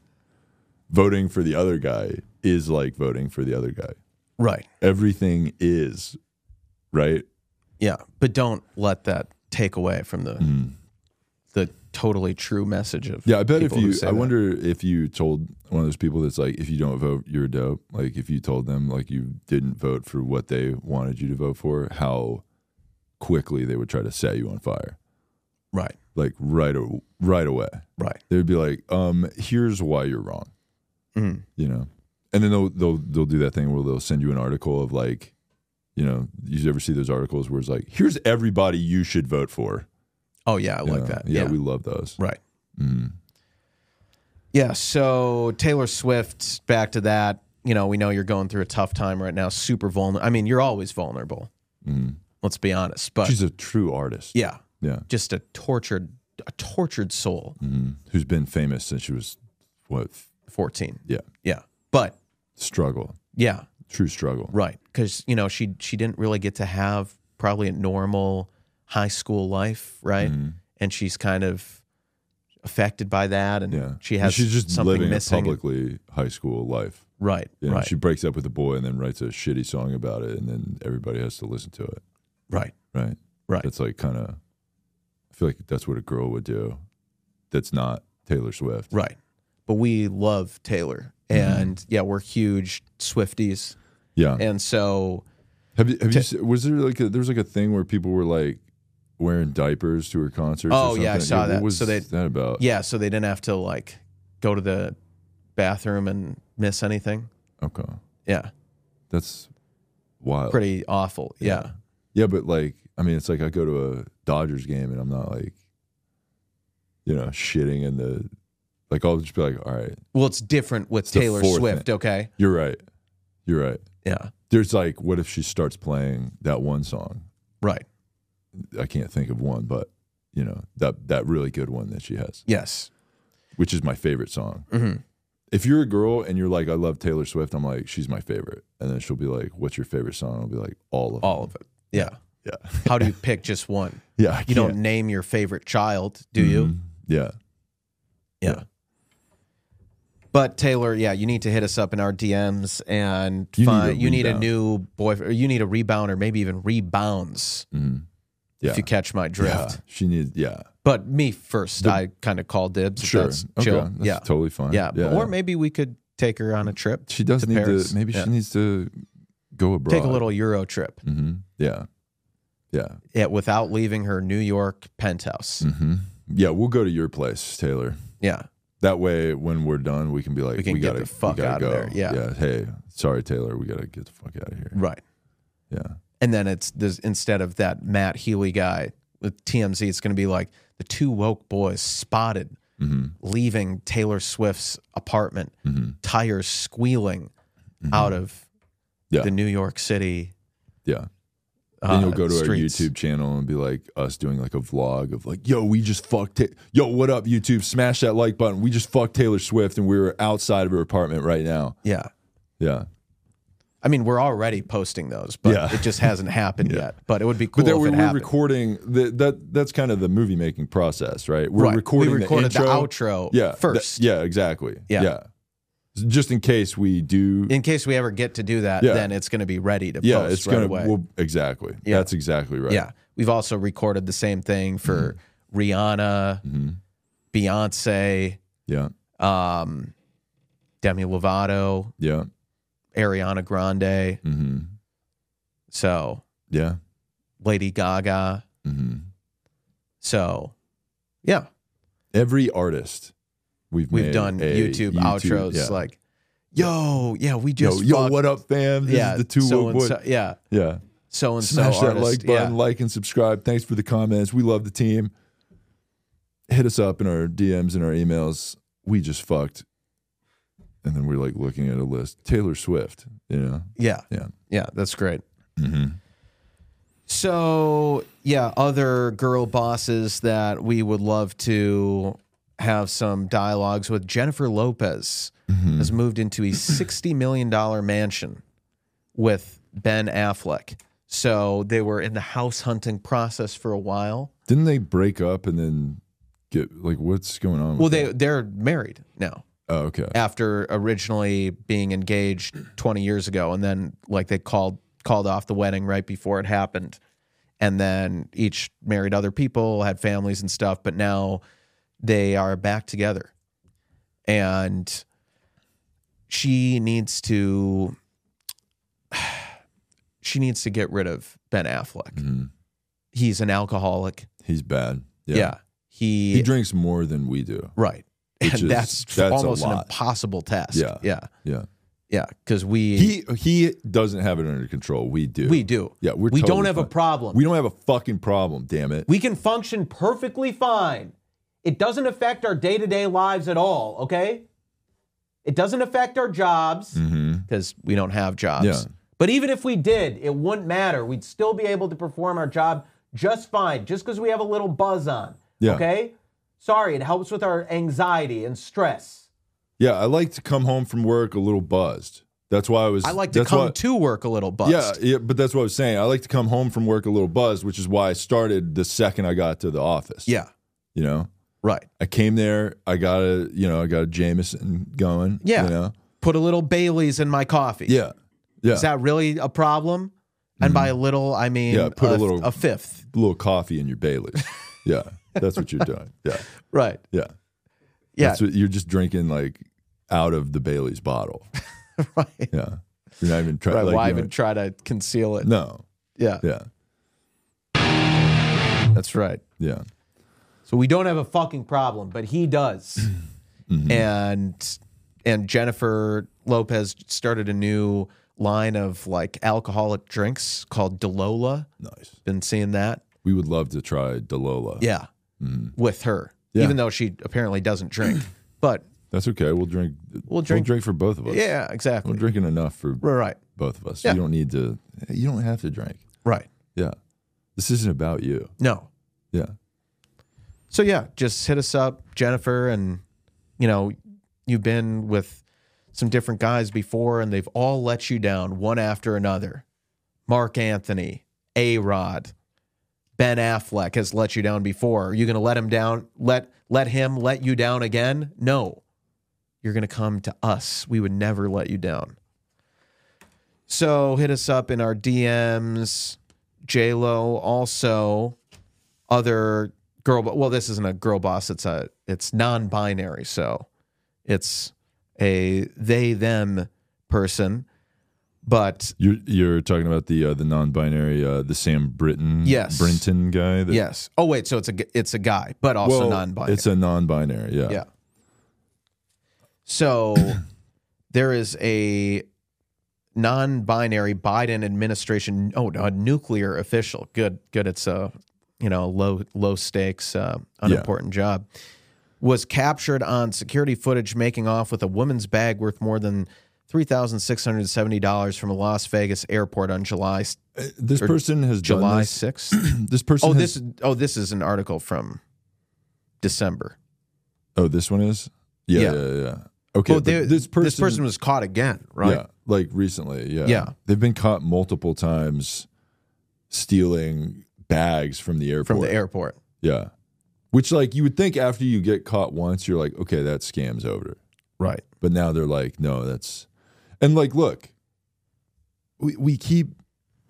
Speaker 1: Voting for the other guy is like voting for the other guy.
Speaker 2: Right.
Speaker 1: Everything is right?
Speaker 2: Yeah. But don't let that take away from the the totally true message of
Speaker 1: Hmm. Yeah, I bet if
Speaker 2: people who
Speaker 1: you
Speaker 2: say
Speaker 1: I
Speaker 2: that.
Speaker 1: wonder if you told one of those people that's like if you don't vote you're a dope, like if you told them like you didn't vote for what they wanted you to vote for, how quickly they would try to set you on fire.
Speaker 2: Right.
Speaker 1: like right a- right away.
Speaker 2: Right.
Speaker 1: They'd be like, um, here's why you're wrong.
Speaker 2: Mhm.
Speaker 1: You know? And then they'll they'll they'll do that thing where they'll send you an article of like, you know, you ever see those articles where it's like, here's everybody you should vote for.
Speaker 2: Oh yeah, I
Speaker 1: You
Speaker 2: like
Speaker 1: know?
Speaker 2: that.
Speaker 1: Yeah,
Speaker 2: Yeah.
Speaker 1: we love those.
Speaker 2: right.
Speaker 1: Mm.
Speaker 2: Yeah. So Taylor Swift, back to that. You know, we know you're going through a tough time right now. Super vulnerable. I mean, you're always vulnerable.
Speaker 1: Mm.
Speaker 2: Let's be honest. But
Speaker 1: She's a true artist.
Speaker 2: yeah,
Speaker 1: Yeah.
Speaker 2: just a tortured, a tortured soul.
Speaker 1: Mm. Who's been famous since she was what?
Speaker 2: Fourteen.
Speaker 1: Yeah.
Speaker 2: Yeah. But
Speaker 1: Struggle.
Speaker 2: yeah,
Speaker 1: True struggle.
Speaker 2: right. Because you know she she didn't really get to have probably a normal high school life, right?
Speaker 1: Mm-hmm.
Speaker 2: And she's kind of affected by that, and
Speaker 1: Yeah.
Speaker 2: she
Speaker 1: And
Speaker 2: has
Speaker 1: she's just
Speaker 2: something
Speaker 1: living
Speaker 2: missing.
Speaker 1: a publicly high school life.
Speaker 2: Right.
Speaker 1: You know,
Speaker 2: right.
Speaker 1: She breaks up with a boy and then writes a shitty song about it, and then everybody has to listen to it.
Speaker 2: right.
Speaker 1: Right.
Speaker 2: Right.
Speaker 1: That's like kind of, I feel like that's what a girl would do that's not Taylor Swift.
Speaker 2: Right. But we love Taylor.
Speaker 1: Mm-hmm.
Speaker 2: And yeah, we're huge Swifties.
Speaker 1: Yeah.
Speaker 2: And so
Speaker 1: have you, have you, se- was there like a, there was like a thing where people were like wearing diapers to her concerts? or
Speaker 2: Oh, yeah, I
Speaker 1: something?
Speaker 2: saw that.
Speaker 1: What was
Speaker 2: So they-
Speaker 1: that about?
Speaker 2: yeah, so they didn't have to like go to the bathroom and miss anything.
Speaker 1: Okay.
Speaker 2: Yeah.
Speaker 1: That's wild.
Speaker 2: Pretty awful. Yeah.
Speaker 1: Oh. Yeah. But like, I mean, it's like I go to a Dodgers game and I'm not like, you know, shitting in the, like, I'll just be like, all right,
Speaker 2: Well, it's different with
Speaker 1: It's the
Speaker 2: Taylor
Speaker 1: fourth
Speaker 2: Swift, okay?
Speaker 1: you're right. You're right.
Speaker 2: Yeah.
Speaker 1: There's like, what if she starts playing that one song?
Speaker 2: Right.
Speaker 1: I can't think of one, but you know that that really good one that she has,
Speaker 2: Yes.
Speaker 1: which is my favorite song.
Speaker 2: Mm-hmm.
Speaker 1: If you're a girl and you're like, I love Taylor Swift, I'm like, she's my favorite, and then she'll be like, What's your favorite song? I'll be like, All of
Speaker 2: All of it. Yeah.
Speaker 1: them. Yeah,
Speaker 2: How do you pick just one?
Speaker 1: yeah. I
Speaker 2: You don't
Speaker 1: can't.
Speaker 2: name your favorite child, do you?
Speaker 1: Mhm. Yeah,
Speaker 2: Yeah. But Taylor, yeah, you need to hit us up in our DMs and
Speaker 1: You need
Speaker 2: find
Speaker 1: a
Speaker 2: you need a
Speaker 1: rebound.
Speaker 2: new boyfriend, or you need a rebound, or maybe even rebounds
Speaker 1: Mm-hmm. yeah.
Speaker 2: if you catch my
Speaker 1: yeah.
Speaker 2: drift.
Speaker 1: She needs. Yeah,
Speaker 2: But me first, I kind of call dibs. if
Speaker 1: sure.
Speaker 2: that's
Speaker 1: okay,
Speaker 2: chill.
Speaker 1: that's
Speaker 2: yeah,
Speaker 1: totally fine.
Speaker 2: yeah. Or maybe we could take her on a trip.
Speaker 1: she does
Speaker 2: to
Speaker 1: need
Speaker 2: Paris.
Speaker 1: to. Maybe
Speaker 2: Yeah.
Speaker 1: she needs to Go abroad.
Speaker 2: Take a little Euro trip
Speaker 1: hmm Yeah. Yeah.
Speaker 2: yeah, without leaving her New York penthouse.
Speaker 1: hmm Yeah. We'll go to your place, Taylor.
Speaker 2: Yeah.
Speaker 1: That way, when we're done, we can be like,
Speaker 2: We can get
Speaker 1: gotta,
Speaker 2: the fuck
Speaker 1: we gotta
Speaker 2: out
Speaker 1: go.
Speaker 2: of there. Yeah.
Speaker 1: Yeah. Hey, sorry, Taylor. We gotta get the fuck out of here.
Speaker 2: Right.
Speaker 1: Yeah.
Speaker 2: And then it's this instead of that Matt Healy guy with TMZ, it's going to be like the two woke boys spotted
Speaker 1: Mm-hmm.
Speaker 2: leaving Taylor Swift's apartment, tires squealing out of
Speaker 1: Mm-hmm. Yeah.
Speaker 2: the New York City.
Speaker 1: Yeah. then you'll
Speaker 2: uh,
Speaker 1: go to
Speaker 2: streets.
Speaker 1: our YouTube channel and be like us doing like a vlog of like, yo, we just fucked it. Yo, what up, YouTube? Smash that like button. We just fucked Taylor Swift and we were outside of her apartment right now.
Speaker 2: Yeah.
Speaker 1: Yeah.
Speaker 2: I mean, we're already posting those, but
Speaker 1: Yeah.
Speaker 2: it just hasn't happened yet. But it would be cool
Speaker 1: But then
Speaker 2: if
Speaker 1: we
Speaker 2: it
Speaker 1: were
Speaker 2: happened.
Speaker 1: recording the, that. That's kind of the movie making process, right? We're
Speaker 2: Right. We
Speaker 1: recording
Speaker 2: recorded
Speaker 1: the,
Speaker 2: the
Speaker 1: intro.
Speaker 2: outro
Speaker 1: yeah, th-
Speaker 2: first.
Speaker 1: yeah, exactly.
Speaker 2: Yeah.
Speaker 1: just in case we do.
Speaker 2: In case we ever get to do that,
Speaker 1: Yeah.
Speaker 2: then it's going to be ready to
Speaker 1: yeah,
Speaker 2: post
Speaker 1: it's
Speaker 2: right
Speaker 1: gonna.
Speaker 2: away.
Speaker 1: Well, exactly.
Speaker 2: Yeah.
Speaker 1: That's exactly right.
Speaker 2: Yeah. We've also recorded the same thing for
Speaker 1: Mm-hmm.
Speaker 2: Rihanna, Beyonce,
Speaker 1: yeah,
Speaker 2: um, Demi Lovato,
Speaker 1: yeah,
Speaker 2: Ariana Grande.
Speaker 1: hmm
Speaker 2: So
Speaker 1: yeah.
Speaker 2: Lady Gaga.
Speaker 1: hmm
Speaker 2: So yeah,
Speaker 1: Every artist we've
Speaker 2: we've
Speaker 1: made
Speaker 2: done
Speaker 1: a
Speaker 2: YouTube, outros
Speaker 1: yeah.
Speaker 2: like, yo, yeah, we
Speaker 1: yo,
Speaker 2: just
Speaker 1: yo,
Speaker 2: fucked-
Speaker 1: what up, fam? This
Speaker 2: yeah,
Speaker 1: is the two
Speaker 2: so
Speaker 1: woke
Speaker 2: and
Speaker 1: boys.
Speaker 2: so, yeah,
Speaker 1: yeah,
Speaker 2: so and so
Speaker 1: smash that
Speaker 2: artist,
Speaker 1: like button,
Speaker 2: yeah.
Speaker 1: like and subscribe. Thanks for the comments. We love the team. Hit us up in our DMs and our emails. We just fucked, and then we're like looking at a list. Taylor Swift, you know,
Speaker 2: yeah,
Speaker 1: yeah,
Speaker 2: Yeah, that's great. So, yeah, other girl bosses that we would love to have some dialogues with. Jennifer Lopez has moved into a $60 million mansion with Ben Affleck. So they were in the house hunting process for a while.
Speaker 1: Didn't they break up and then get like what's going on?
Speaker 2: Well,
Speaker 1: with
Speaker 2: they
Speaker 1: that?
Speaker 2: they're married now
Speaker 1: oh, okay,
Speaker 2: after originally being engaged 20 years ago and then like they called called off the wedding right before it happened and then each married other people had families and stuff but now they are back together and she needs to she needs to get rid of Ben Affleck.
Speaker 1: Mm-hmm.
Speaker 2: He's an alcoholic.
Speaker 1: he's bad.
Speaker 2: Yeah. He,
Speaker 1: he drinks more than we do.
Speaker 2: right.
Speaker 1: Which
Speaker 2: And
Speaker 1: is-
Speaker 2: that's,
Speaker 1: that's a
Speaker 2: almost an
Speaker 1: lot.
Speaker 2: impossible task.
Speaker 1: Yeah.
Speaker 2: Yeah.
Speaker 1: Yeah,
Speaker 2: Yeah, because we
Speaker 1: he he doesn't have it under control. We do.
Speaker 2: we do.
Speaker 1: Yeah, we're
Speaker 2: we don't
Speaker 1: totally
Speaker 2: have a
Speaker 1: fine.
Speaker 2: problem.
Speaker 1: We don't have a fucking problem. Damn it.
Speaker 6: We can function perfectly fine. It doesn't affect our day to day lives at all, okay? It doesn't affect our jobs
Speaker 1: Mm. Mm-hmm.
Speaker 2: because we don't have jobs.
Speaker 1: Yeah.
Speaker 6: But even if we did, it wouldn't matter. We'd still be able to perform our job just fine, just because we have a little buzz on.
Speaker 1: Yeah.
Speaker 6: Okay? Sorry, it helps with our anxiety and stress.
Speaker 1: Yeah, I like to come home from work a little buzzed. That's why I was.
Speaker 2: I like to
Speaker 1: that's
Speaker 2: come
Speaker 1: why-
Speaker 2: to work a little buzzed.
Speaker 1: Yeah, yeah, but that's what I was saying. I like to come home from work a little buzzed, which is why I started the second I got to the office.
Speaker 2: Yeah,
Speaker 1: you know,
Speaker 2: right.
Speaker 1: I came there. I got a, you know, I got a Jameson going.
Speaker 2: Yeah.
Speaker 1: you know,
Speaker 2: Put a little Bailey's in my coffee.
Speaker 1: yeah, yeah. Mm-hmm.
Speaker 2: Is that really a problem? And by a little, I mean
Speaker 1: Yeah, put a
Speaker 2: f-
Speaker 1: little-
Speaker 2: a fifth.
Speaker 1: a little coffee in your Bailey's. yeah, that's what you're doing. Yeah,
Speaker 2: Right.
Speaker 1: yeah,
Speaker 2: Yeah.
Speaker 1: That's what, you're just drinking like out of the Bailey's bottle.
Speaker 2: right.
Speaker 1: Yeah, you're not even trying.
Speaker 2: Right.
Speaker 1: Like,
Speaker 2: Why
Speaker 1: you
Speaker 2: even
Speaker 1: don't-
Speaker 2: try to conceal it?
Speaker 1: No.
Speaker 2: Yeah.
Speaker 1: Yeah.
Speaker 2: That's right.
Speaker 1: Yeah.
Speaker 6: So we don't have a fucking problem, but he does.
Speaker 2: and and Jennifer Lopez started a new line of like alcoholic drinks called Delola.
Speaker 1: Nice.
Speaker 2: Been seeing that.
Speaker 1: We would love to try Delola.
Speaker 2: Yeah. With her.
Speaker 1: Yeah.
Speaker 2: Even though she apparently doesn't drink. but
Speaker 1: That's okay. We'll drink. We'll
Speaker 2: drink-
Speaker 1: for both of us.
Speaker 2: yeah, exactly.
Speaker 1: we're drinking enough for
Speaker 2: Right, right.
Speaker 1: both of us.
Speaker 2: Yeah.
Speaker 1: You don't need to. You don't have to drink.
Speaker 2: Right.
Speaker 1: Yeah, this isn't about you.
Speaker 2: No.
Speaker 1: Yeah,
Speaker 2: So yeah, just hit us up, Jennifer, and you know, you've been with some different guys before and they've all let you down one after another. Mark Anthony, A Rod, Ben Affleck has let you down before. Are you gonna let him down? Let let him let you down again? No. You're gonna come to us. We would never let you down. So hit us up in our DMs. J Lo also other girl bo- well this isn't a girl boss it's a it's non-binary so it's a they them person But
Speaker 1: You're you're talking about the uh, the non-binary uh, the Sam Britton
Speaker 2: Yes.
Speaker 1: Brinton guy. That,
Speaker 2: yes. Oh wait, so it's a g- it's a guy, but also
Speaker 1: well,
Speaker 2: non-binary.
Speaker 1: It's a non-binary. Yeah.
Speaker 2: yeah. So there is a non-binary Biden administration. Oh, a nuclear official. Good, good. It's a you know low low stakes, uh, unimportant job. Was captured on security footage making off with a woman's bag worth more than three thousand six hundred seventy dollars from a Las Vegas airport on July
Speaker 1: Uh, This person has done
Speaker 2: July
Speaker 1: this.
Speaker 2: sixth.
Speaker 1: This person.
Speaker 2: Oh,
Speaker 1: has-
Speaker 2: this oh this is an article from December.
Speaker 1: Oh, this one is. Yeah, yeah,
Speaker 2: Yeah.
Speaker 1: yeah. yeah. Okay,
Speaker 2: well,
Speaker 1: but
Speaker 2: they-
Speaker 1: this person.
Speaker 2: was caught again, right?
Speaker 1: Yeah, like recently. Yeah.
Speaker 2: Yeah.
Speaker 1: They've been caught multiple times stealing bags from the airport.
Speaker 2: From the airport.
Speaker 1: Yeah. Which, like, you would think after you get caught once, you're like, okay, that scam's over.
Speaker 2: Right.
Speaker 1: But now they're like, no, that's. And, like, look, we, we keep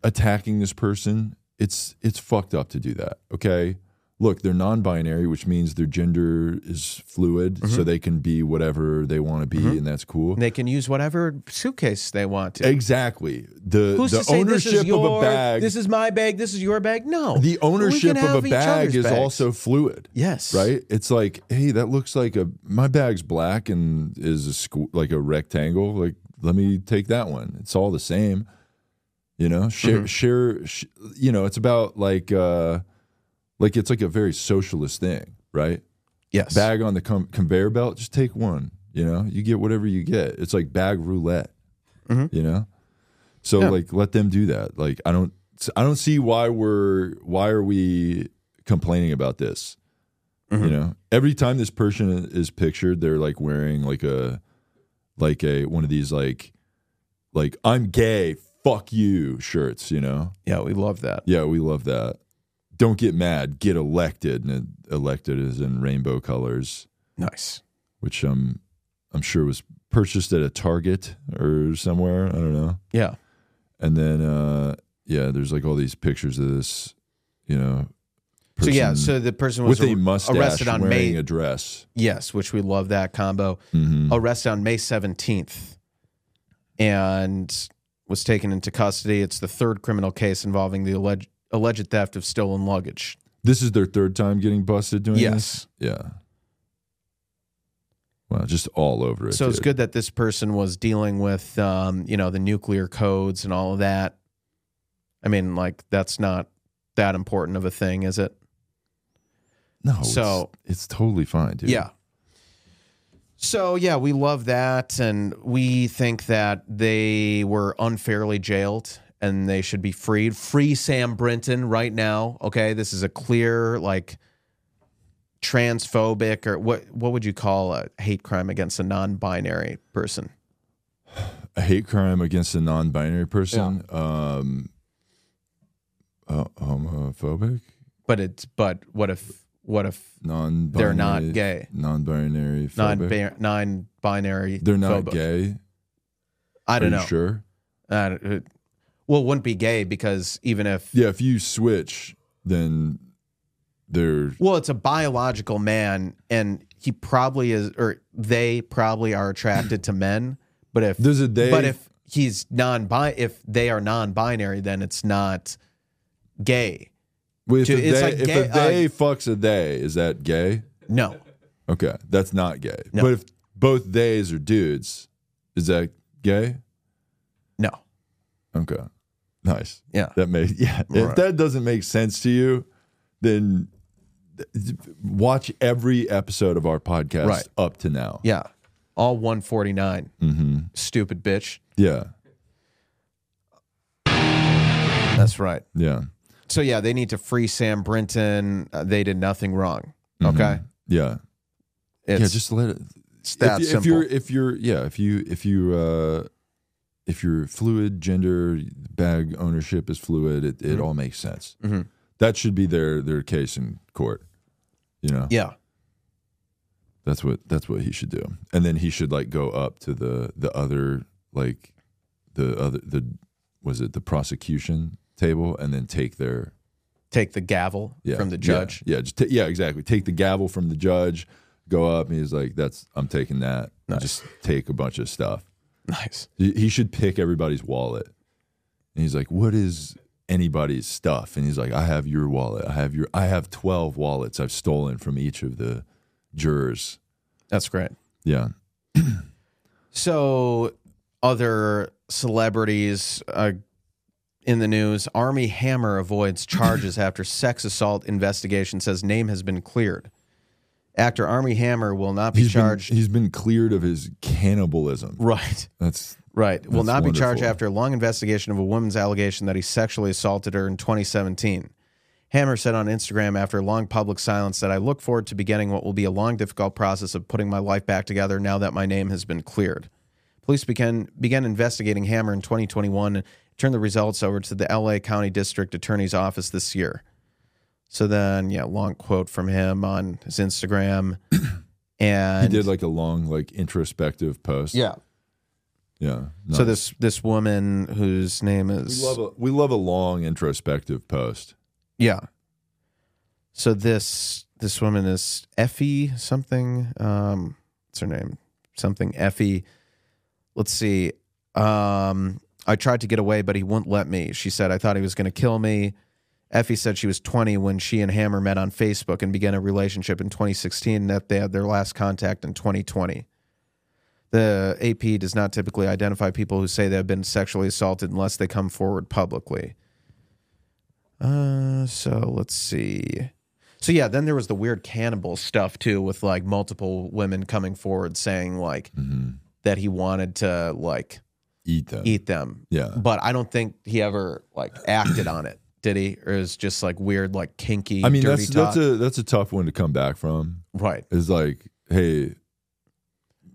Speaker 1: attacking this person. It's it's fucked up to do that. Okay. Look, they're non binary, which means their gender is fluid.
Speaker 2: Mm-hmm.
Speaker 1: So they can be whatever they want to be, and that's cool.
Speaker 2: They can use whatever suitcase they want to.
Speaker 1: Exactly. The
Speaker 2: Who's
Speaker 1: the
Speaker 2: to say
Speaker 1: ownership
Speaker 2: this is your,
Speaker 1: of a bag.
Speaker 2: This is my bag. This is your bag. No. We
Speaker 1: the
Speaker 2: can
Speaker 1: ownership of
Speaker 2: have
Speaker 1: a
Speaker 2: each
Speaker 1: bag
Speaker 2: other's
Speaker 1: is
Speaker 2: bags.
Speaker 1: also fluid.
Speaker 2: yes.
Speaker 1: Right? It's like, hey, that looks like a my bag's black and is a squ- like a rectangle. Like, let me take that one. It's all the same. You know, share share. Sh- you know, it's about like uh, like it's like a very socialist thing, right?
Speaker 2: Yes.
Speaker 1: Bag on the com- conveyor belt. Just take one. You know, you get whatever you get. It's like bag roulette. You know, so like let them do that. Like I don't, I don't see why we're why are we complaining about this. You know, every time this person is pictured, they're like wearing like a like a one of these like like I'm gay, fuck you shirts. You know,
Speaker 2: Yeah, we love that.
Speaker 1: yeah, we love that. Don't get mad, get elected, and elected is in rainbow colors
Speaker 2: Nice.
Speaker 1: which um, I'm sure was purchased at a Target or somewhere. I don't know.
Speaker 2: Yeah.
Speaker 1: And then, uh, yeah, there's like all these pictures of this, you know.
Speaker 2: So yeah,
Speaker 1: person
Speaker 2: so the person was
Speaker 1: with a
Speaker 2: ar-
Speaker 1: mustache
Speaker 2: arrested on
Speaker 1: wearing
Speaker 2: May
Speaker 1: a Hmm. dress. Mm-hmm.
Speaker 2: Yes, which we love that combo. Arrested on May 17th and was taken into custody. It's the third criminal case involving the alleged alleged theft of stolen luggage.
Speaker 1: This is their third time getting busted doing
Speaker 2: Yes.
Speaker 1: this. Yeah. Wow, just all over it.
Speaker 2: So it's
Speaker 1: dude.
Speaker 2: good that this person was dealing with, um, you know, the nuclear codes and all of that. I mean, like that's not that important of a thing, is it?
Speaker 1: No,
Speaker 2: so-
Speaker 1: it's, it's totally fine, dude.
Speaker 2: Yeah. So yeah, we love that, and we think that they were unfairly jailed and they should be freed. Free Sam Brinton right now. Okay, this is a clear like transphobic or what? What would you call a hate crime against a non-binary person?
Speaker 1: a hate crime against a non-binary person. Um, uh, homophobic.
Speaker 2: But it's but what if what if
Speaker 1: non
Speaker 2: They're not gay.
Speaker 1: non-binary
Speaker 2: non
Speaker 1: phobic.
Speaker 2: non binary?
Speaker 1: they're not gay
Speaker 2: I don't
Speaker 1: Are you
Speaker 2: know.
Speaker 1: sure
Speaker 2: I don't- it- well, it wouldn't be gay because even if
Speaker 1: yeah if you switch then they're
Speaker 2: Well, it's a biological man, and he probably is, or they probably are attracted to men. But if
Speaker 1: There's a they-
Speaker 2: but if he's non bi, if they are non-binary, then it's not gay.
Speaker 1: well, if,
Speaker 2: Dude,
Speaker 1: a
Speaker 2: it's
Speaker 1: they,
Speaker 2: like
Speaker 1: if
Speaker 2: gay-
Speaker 1: a
Speaker 2: uh,
Speaker 1: they fucks a they is that gay
Speaker 2: No,
Speaker 1: okay that's not gay
Speaker 2: No.
Speaker 1: but if both theys are dudes is that gay
Speaker 2: no,
Speaker 1: okay nice
Speaker 2: yeah,
Speaker 1: that makes yeah if
Speaker 2: Right.
Speaker 1: that doesn't make sense to you then th- watch every episode of our podcast
Speaker 2: Right.
Speaker 1: up to now
Speaker 2: yeah, all one forty nine.
Speaker 1: Mm-hmm.
Speaker 2: Stupid bitch.
Speaker 1: yeah
Speaker 2: That's right.
Speaker 1: yeah
Speaker 2: So yeah, they need to free Sam Brinton. Uh, they did nothing wrong. Okay,
Speaker 1: yeah
Speaker 2: it's,
Speaker 1: Mm-hmm. yeah just let it
Speaker 2: it's that
Speaker 1: if,
Speaker 2: simple.
Speaker 1: if you're if you're yeah if you if you uh if you're fluid gender bag ownership is fluid it,
Speaker 2: Mm-hmm.
Speaker 1: it all makes sense that should be their their case in court you know
Speaker 2: yeah,
Speaker 1: that's what that's what he should do and then he should like go up to the the other like the other the was it the prosecution table and then take their
Speaker 2: take the gavel
Speaker 1: yeah,
Speaker 2: from the judge.
Speaker 1: yeah, yeah, just ta- yeah exactly take the gavel from the judge go up and he's like that's i'm taking that and just take a bunch of stuff
Speaker 2: Nice.
Speaker 1: He he should pick everybody's wallet. And he's like, "What is anybody's stuff?" And he's like, "I have your wallet. I have your. I have twelve wallets I've stolen from each of the jurors."
Speaker 2: That's great.
Speaker 1: Yeah,
Speaker 2: So, other celebrities uh, in the news: Army Hammer avoids charges after sex assault investigation says name has been cleared. Actor Army Hammer will not be
Speaker 1: he's
Speaker 2: charged.
Speaker 1: Been, he's been cleared of his cannibalism.
Speaker 2: right,
Speaker 1: That's
Speaker 2: right. Will
Speaker 1: That's
Speaker 2: not be charged
Speaker 1: wonderful.
Speaker 2: after a long investigation of a woman's allegation that he sexually assaulted her in 2017. Hammer said on Instagram after a long public silence that I look forward to beginning what will be a long, difficult process of putting my life back together now that my name has been cleared. Police began began investigating Hammer in 2021 and turned the results over to the LA County District Attorney's office this year. So then, yeah, long quote from him on his Instagram,
Speaker 1: he
Speaker 2: and
Speaker 1: did like a long like introspective post.
Speaker 2: yeah.
Speaker 1: yeah.
Speaker 2: So
Speaker 1: nice.
Speaker 2: this this woman whose name
Speaker 1: we
Speaker 2: is
Speaker 1: love a we love a long introspective post.
Speaker 2: yeah. So this this woman is Effie something. Um, what's her name? Something Effie. Let's see. Um, I tried to get away, but he wouldn't let me. She said I thought he was going to kill me. Effie said she was 20 when she and Hammer met on Facebook and began a relationship in 2016, and that they had their last contact in 2020. The AP does not typically identify people who say they have been sexually assaulted unless they come forward publicly. Uh, so let's see. So yeah, then there was the weird cannibal stuff too, with like multiple women coming forward saying like
Speaker 1: Mm-hmm.
Speaker 2: that he wanted to like
Speaker 1: Eat them.
Speaker 2: eat them.
Speaker 1: Yeah.
Speaker 2: But I don't think he ever like acted on it, did he? Or is just like weird, like kinky,
Speaker 1: I mean,
Speaker 2: dirty
Speaker 1: that's
Speaker 2: talk.
Speaker 1: that's a that's a tough one to come back from.
Speaker 2: right.
Speaker 1: Is like, hey,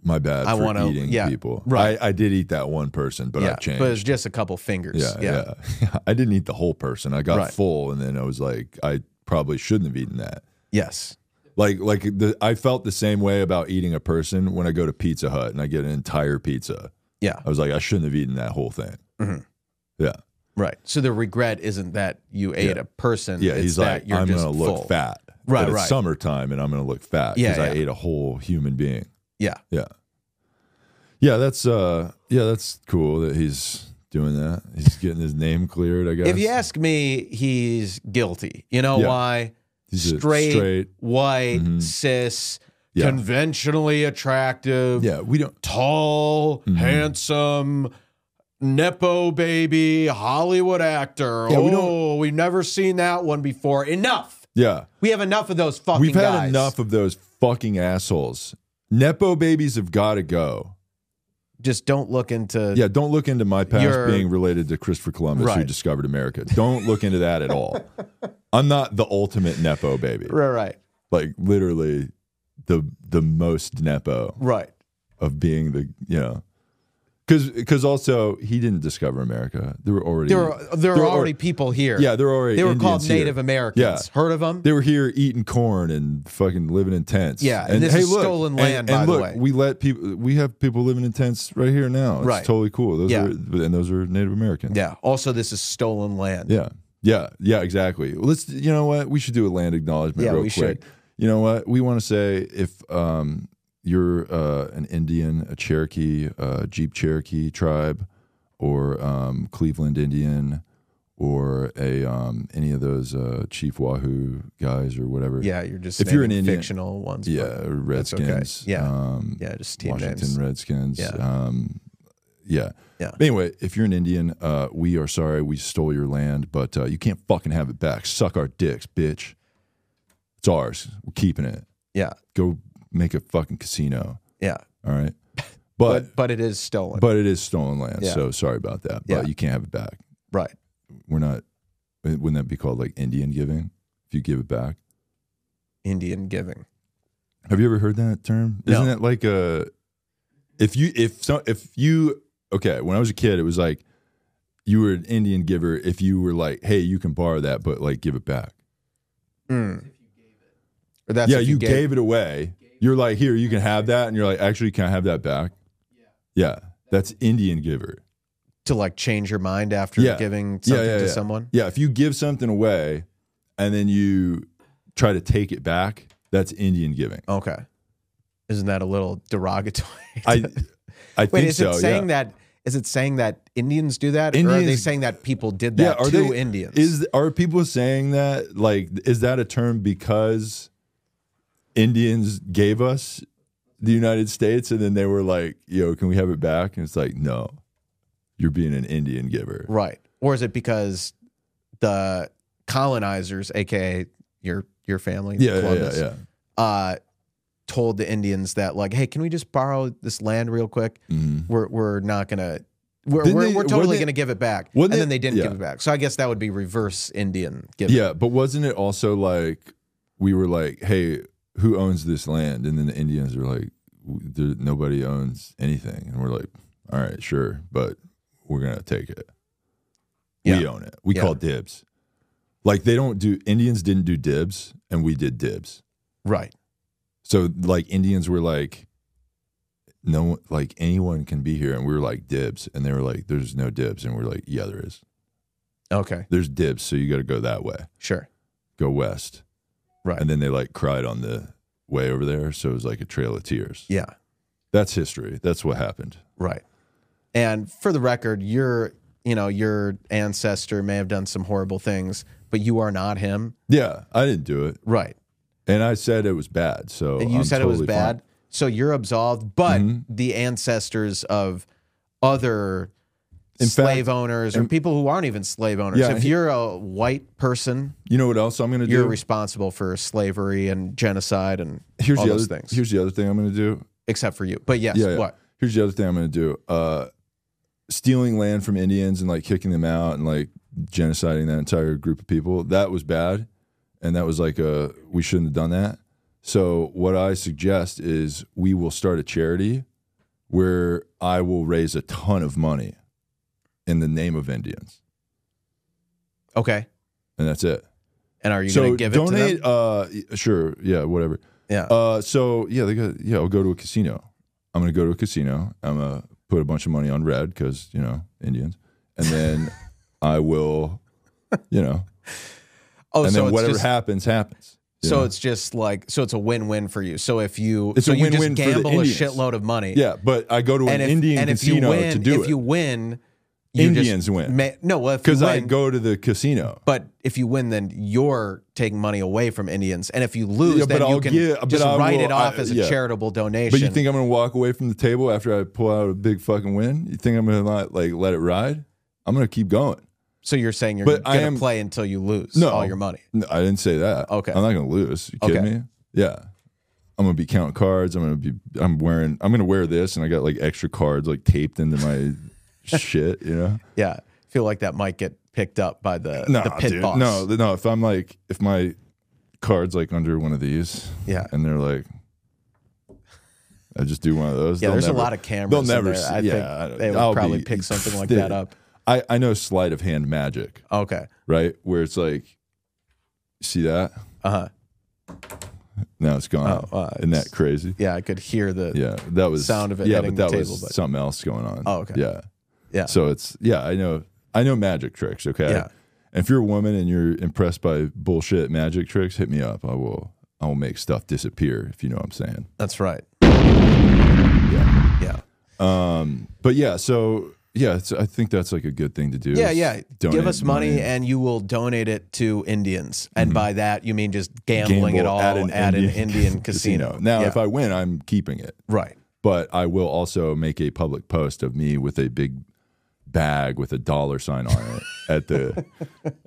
Speaker 1: my bad
Speaker 2: I
Speaker 1: for
Speaker 2: wanna-
Speaker 1: eating
Speaker 2: yeah,
Speaker 1: people.
Speaker 2: right.
Speaker 1: I, I did eat that one person, but
Speaker 2: yeah.
Speaker 1: I've changed.
Speaker 2: But it's just a couple fingers.
Speaker 1: yeah, yeah, I didn't eat the whole person. I got
Speaker 2: Right.
Speaker 1: full, and then I was like, I probably shouldn't have eaten that.
Speaker 2: Yes.
Speaker 1: Like, like the, I felt the same way about eating a person when I go to Pizza Hut and I get an entire pizza.
Speaker 2: Yeah.
Speaker 1: I was like, I shouldn't have eaten that whole thing.
Speaker 2: Mm-hmm.
Speaker 1: Yeah,
Speaker 2: Right. So the regret isn't that you ate a person.
Speaker 1: yeah.
Speaker 2: it's
Speaker 1: he's
Speaker 2: that
Speaker 1: like,
Speaker 2: you're
Speaker 1: I'm
Speaker 2: just
Speaker 1: gonna look
Speaker 2: full.
Speaker 1: fat.
Speaker 2: Right,
Speaker 1: but It's
Speaker 2: right.
Speaker 1: summertime, and I'm gonna look fat
Speaker 2: Yeah,
Speaker 1: because I
Speaker 2: yeah.
Speaker 1: ate a whole human being.
Speaker 2: Yeah.
Speaker 1: Yeah. Yeah, that's uh yeah, that's cool that he's doing that. He's getting his name cleared, I guess.
Speaker 2: If you ask me, he's guilty. You know
Speaker 1: Yeah.
Speaker 2: why?
Speaker 1: He's a
Speaker 2: straight,
Speaker 1: straight- Mm-hmm.
Speaker 2: white, cis,
Speaker 1: Yeah.
Speaker 2: conventionally attractive,
Speaker 1: Yeah, Mm-hmm. we don't
Speaker 2: tall, handsome, nepo baby, Hollywood actor.
Speaker 1: Yeah, we don't-
Speaker 2: oh, we've never seen that one before. Enough.
Speaker 1: Yeah.
Speaker 2: We have enough of those fucking
Speaker 1: We've had
Speaker 2: guys.
Speaker 1: enough of those fucking assholes. Nepo babies have got to go.
Speaker 2: Just don't look into.
Speaker 1: Yeah, don't look into my past
Speaker 2: You're-
Speaker 1: being related to Christopher Columbus who
Speaker 2: Right.
Speaker 1: discovered America. Don't look into that at all. I'm not the ultimate nepo baby.
Speaker 2: Right, right,
Speaker 1: Like literally the the most nepo.
Speaker 2: right.
Speaker 1: of being the you know because also he didn't discover america there were already
Speaker 2: There are there are
Speaker 1: were
Speaker 2: already
Speaker 1: alre-
Speaker 2: people here.
Speaker 1: yeah there were already
Speaker 2: they were called
Speaker 1: Indians here.
Speaker 2: Native Americans.
Speaker 1: Yeah.
Speaker 2: Heard of them?
Speaker 1: they were here eating corn and fucking living in tents
Speaker 2: Yeah, and this is stolen
Speaker 1: and-
Speaker 2: land,
Speaker 1: and,
Speaker 2: by the
Speaker 1: look
Speaker 2: way.
Speaker 1: we let people we have people living in tents right here now it's
Speaker 2: Right.
Speaker 1: totally cool those
Speaker 2: Yeah.
Speaker 1: are and those are native americans
Speaker 2: yeah. Also, this is stolen land.
Speaker 1: yeah yeah yeah exactly Well, let's you know what we should do a land acknowledgement
Speaker 2: Yeah,
Speaker 1: real
Speaker 2: we
Speaker 1: quick
Speaker 2: should.
Speaker 1: you know what we want to say if um you're uh, an Indian, a Cherokee, uh, Jeep Cherokee tribe, or um, Cleveland Indian, or a um, any of those uh, Chief Wahoo guys or whatever.
Speaker 2: Yeah, you're just
Speaker 1: If you're
Speaker 2: naming
Speaker 1: an Indian-
Speaker 2: fictional ones. but
Speaker 1: yeah, or
Speaker 2: that's okay.
Speaker 1: Redskins.
Speaker 2: Yeah,
Speaker 1: um,
Speaker 2: yeah, just team
Speaker 1: Washington
Speaker 2: names.
Speaker 1: Redskins.
Speaker 2: Yeah.
Speaker 1: Um, yeah.
Speaker 2: Yeah.
Speaker 1: Anyway, if you're an Indian, uh, we are sorry we stole your land, but uh, you can't fucking have it back. Suck our dicks, bitch. It's ours. We're keeping it.
Speaker 2: yeah,
Speaker 1: Go make a fucking casino.
Speaker 2: yeah.
Speaker 1: All right.
Speaker 2: But
Speaker 1: But
Speaker 2: but, it is stolen.
Speaker 1: but it is stolen land,
Speaker 2: Yeah.
Speaker 1: so sorry about that. But
Speaker 2: Yeah.
Speaker 1: you can't have it back.
Speaker 2: right.
Speaker 1: We're not. Wouldn't that be called like Indian giving? If you give it back,
Speaker 2: Indian giving.
Speaker 1: Have you ever heard that term? Isn't
Speaker 2: No.
Speaker 1: it like a if you if so if you okay, when I was a kid it was like you were an Indian giver if you were like, hey, you can borrow that, but like give it back.
Speaker 2: Mm. Or that's
Speaker 1: yeah,
Speaker 2: if
Speaker 1: you, gave, it away. You're like, here, you can have that, and you're like, actually, can I have that back? Yeah. That's Indian giver.
Speaker 2: to like change your mind after
Speaker 1: Yeah.
Speaker 2: giving
Speaker 1: Yeah,
Speaker 2: something
Speaker 1: yeah,
Speaker 2: to
Speaker 1: yeah.
Speaker 2: someone.
Speaker 1: Yeah, if you give something away and then you try to take it back, that's Indian giving.
Speaker 2: Okay. Isn't that a little derogatory?
Speaker 1: I I
Speaker 2: Wait,
Speaker 1: think
Speaker 2: is
Speaker 1: so.
Speaker 2: it saying
Speaker 1: yeah.
Speaker 2: that? Is it saying that Indians do that, or are they
Speaker 1: Indians-
Speaker 2: saying that people did
Speaker 1: Yeah,
Speaker 2: that
Speaker 1: are
Speaker 2: to
Speaker 1: they
Speaker 2: Indians?
Speaker 1: Is are people saying that? Like, is that a term because Indians gave us the United States, and then they were like, "Yo, can we have it back?" And it's like, no, you're being an Indian giver.
Speaker 2: right, or is it because the colonizers, aka your your family,
Speaker 1: Yeah, yeah, yeah,
Speaker 2: Columbus,
Speaker 1: yeah.
Speaker 2: uh, told the Indians that like, hey, can we just borrow this land real quick?
Speaker 1: Mhm.
Speaker 2: We're we're not gonna.
Speaker 1: Didn't
Speaker 2: We're, we're,
Speaker 1: they-
Speaker 2: we're
Speaker 1: weren't
Speaker 2: totally
Speaker 1: they-
Speaker 2: going to give it back, and
Speaker 1: weren't
Speaker 2: then
Speaker 1: they-
Speaker 2: they didn't
Speaker 1: yeah.
Speaker 2: give it back. So I guess that would be reverse Indian giving.
Speaker 1: Yeah, but wasn't it also like we were like, "Hey, who owns this land?" And then the Indians were like, "W- there, "Nobody owns anything," and we're like, "All right, sure, but we're gonna take it. We
Speaker 2: Yeah.
Speaker 1: own it. We
Speaker 2: Yeah.
Speaker 1: call dibs." Like they don't do Indians didn't do dibs, and we did dibs.
Speaker 2: right.
Speaker 1: So like Indians were like, "No, one- like anyone can be here," and we were like dibs, and they were like, "There's no dibs," and we're like, "Yeah, there is.
Speaker 2: Okay,
Speaker 1: There's dibs, so you got to go that way."
Speaker 2: sure.
Speaker 1: go west.
Speaker 2: Right.
Speaker 1: And then they like cried on the way over there. So it was like a trail of tears.
Speaker 2: Yeah,
Speaker 1: That's history. That's what happened.
Speaker 2: Right. And for the record, your you know your ancestor may have done some horrible things, but you are not him.
Speaker 1: Yeah. I didn't do it.
Speaker 2: Right.
Speaker 1: And I said it was bad. So
Speaker 2: And you
Speaker 1: Oh, I'm
Speaker 2: said it was
Speaker 1: totally fine. Mm-hmm.
Speaker 2: bad, so you're absolved. But the ancestors of other
Speaker 1: In fact-
Speaker 2: slave owners or people who aren't even slave owners.
Speaker 1: Yeah,
Speaker 2: if
Speaker 1: he-
Speaker 2: you're a white person,
Speaker 1: You know what else I'm going to
Speaker 2: you're
Speaker 1: do?
Speaker 2: responsible for slavery and genocide and
Speaker 1: here's
Speaker 2: all
Speaker 1: the
Speaker 2: those
Speaker 1: other
Speaker 2: things,
Speaker 1: Here's the other thing I'm going to do.
Speaker 2: except for you. But yes,
Speaker 1: Yeah, yeah.
Speaker 2: what?
Speaker 1: Here's the other thing I'm going to do. Uh, stealing land from Indians and like kicking them out and like genociding that entire group of people. That was bad. And that was like a, we shouldn't have done that. So what I suggest is we will start a charity where I will raise a ton of money in the name of Indians.
Speaker 2: Okay.
Speaker 1: And that's it.
Speaker 2: And are you
Speaker 1: so
Speaker 2: going to give it to
Speaker 1: donate
Speaker 2: them?
Speaker 1: uh y- sure, yeah, whatever.
Speaker 2: Yeah.
Speaker 1: Uh, so yeah, they got yeah. I'll go to a casino. I'm gonna go to a casino. I'm gonna put a bunch of money on red because you know Indians, and then I will, you know,
Speaker 2: oh,
Speaker 1: and
Speaker 2: so
Speaker 1: then
Speaker 2: it's
Speaker 1: whatever
Speaker 2: just-
Speaker 1: happens happens. you
Speaker 2: So
Speaker 1: know?
Speaker 2: it's just like so it's a win-win for you. So if you
Speaker 1: It's
Speaker 2: so
Speaker 1: a
Speaker 2: you just
Speaker 1: win-win for the
Speaker 2: gamble a
Speaker 1: Indians.
Speaker 2: shitload of money,
Speaker 1: yeah, but I go to an
Speaker 2: and if
Speaker 1: Indian
Speaker 2: and if you
Speaker 1: casino
Speaker 2: win,
Speaker 1: to do
Speaker 2: if you
Speaker 1: it
Speaker 2: win, you just
Speaker 1: Indians win.
Speaker 2: ma- no, well, if you
Speaker 1: because I
Speaker 2: win-
Speaker 1: go to the casino.
Speaker 2: But if you win, then you're taking money away from Indians, and if you lose,
Speaker 1: Yeah,
Speaker 2: then
Speaker 1: but
Speaker 2: you
Speaker 1: I'll
Speaker 2: can
Speaker 1: give- but
Speaker 2: just
Speaker 1: I
Speaker 2: write
Speaker 1: will-
Speaker 2: it off
Speaker 1: I-
Speaker 2: as a
Speaker 1: yeah.
Speaker 2: charitable donation.
Speaker 1: But you think I'm gonna walk away from the table after I pull out a big fucking win? You think I'm gonna not like let it ride? I'm gonna keep going.
Speaker 2: so? You're saying you're
Speaker 1: But I
Speaker 2: going
Speaker 1: am-
Speaker 2: to play until you lose
Speaker 1: No.
Speaker 2: all your money.
Speaker 1: No, I didn't say that.
Speaker 2: Okay.
Speaker 1: I'm not gonna lose. You kidding
Speaker 2: Okay.
Speaker 1: me? Yeah. I'm gonna be counting cards. I'm gonna be I'm wearing I'm gonna wear this and I got like extra cards like taped into my shit, you know?
Speaker 2: Yeah, I feel like that might get picked up by the
Speaker 1: No,
Speaker 2: the pit
Speaker 1: dude.
Speaker 2: boss.
Speaker 1: No, th- no, if I'm like if my cards like under one of these
Speaker 2: Yeah.
Speaker 1: and they're like I just do one of those.
Speaker 2: Yeah,
Speaker 1: they'll
Speaker 2: there's
Speaker 1: never-
Speaker 2: a lot of cameras.
Speaker 1: They'll
Speaker 2: in
Speaker 1: never
Speaker 2: there.
Speaker 1: see-
Speaker 2: I
Speaker 1: yeah, I don't-
Speaker 2: think they would
Speaker 1: I'll
Speaker 2: probably
Speaker 1: be-
Speaker 2: pick something like
Speaker 1: dude,
Speaker 2: that up.
Speaker 1: I, I know sleight of hand magic,
Speaker 2: Okay.
Speaker 1: right? Where it's like see that?
Speaker 2: Uh huh.
Speaker 1: Now it's gone.
Speaker 2: Oh, uh,
Speaker 1: Isn't
Speaker 2: it's-
Speaker 1: that crazy?
Speaker 2: Yeah, I could hear the.
Speaker 1: Yeah, that was
Speaker 2: sound of it
Speaker 1: Yeah, but
Speaker 2: hitting
Speaker 1: that
Speaker 2: the
Speaker 1: was
Speaker 2: table, but-
Speaker 1: something else going on.
Speaker 2: Oh, okay.
Speaker 1: Yeah,
Speaker 2: Yeah.
Speaker 1: So it's yeah, I know, I know magic tricks. Okay.
Speaker 2: Yeah.
Speaker 1: If you're a woman and you're impressed by bullshit magic tricks, hit me up. I will. I will make stuff disappear. If you know what I'm saying.
Speaker 2: That's right.
Speaker 1: Yeah.
Speaker 2: Yeah.
Speaker 1: But yeah, so yeah, it's, I think that's like a good thing to do.
Speaker 2: Yeah,
Speaker 1: is
Speaker 2: yeah.
Speaker 1: donate
Speaker 2: Give us money, and you will donate it to Indians. And by that, you mean just
Speaker 1: Mm-hmm.
Speaker 2: gambling
Speaker 1: gamble
Speaker 2: it all
Speaker 1: at an Indian,
Speaker 2: casino.
Speaker 1: Now,
Speaker 2: Yeah.
Speaker 1: if I win, I'm keeping it.
Speaker 2: Right.
Speaker 1: but I will also make a public post of me with a big bag with a dollar sign on it at the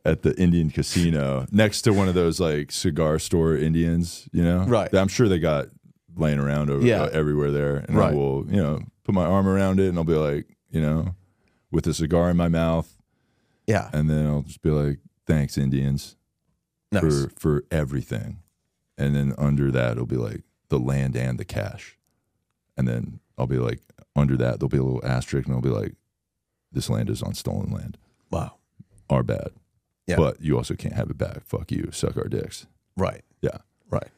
Speaker 1: at the Indian casino next to one of those like cigar store Indians, you know?
Speaker 2: Right.
Speaker 1: That I'm sure they got laying around over
Speaker 2: Yeah.
Speaker 1: uh, everywhere there. And I
Speaker 2: Right.
Speaker 1: will, you know, put my arm around it and I'll be like, you know, with a cigar in my mouth.
Speaker 2: Yeah.
Speaker 1: And then I'll just be like, Thanks, Indians,
Speaker 2: Nice.
Speaker 1: for for everything. And then under that it'll be like the land and the cash. And then I'll be like under that there'll be a little asterisk and I'll be like, This land is on stolen land.
Speaker 2: wow.
Speaker 1: Our bad.
Speaker 2: Yeah.
Speaker 1: But you also can't have it back. Fuck you. Suck our dicks.
Speaker 2: Right.
Speaker 1: Yeah.
Speaker 2: Right.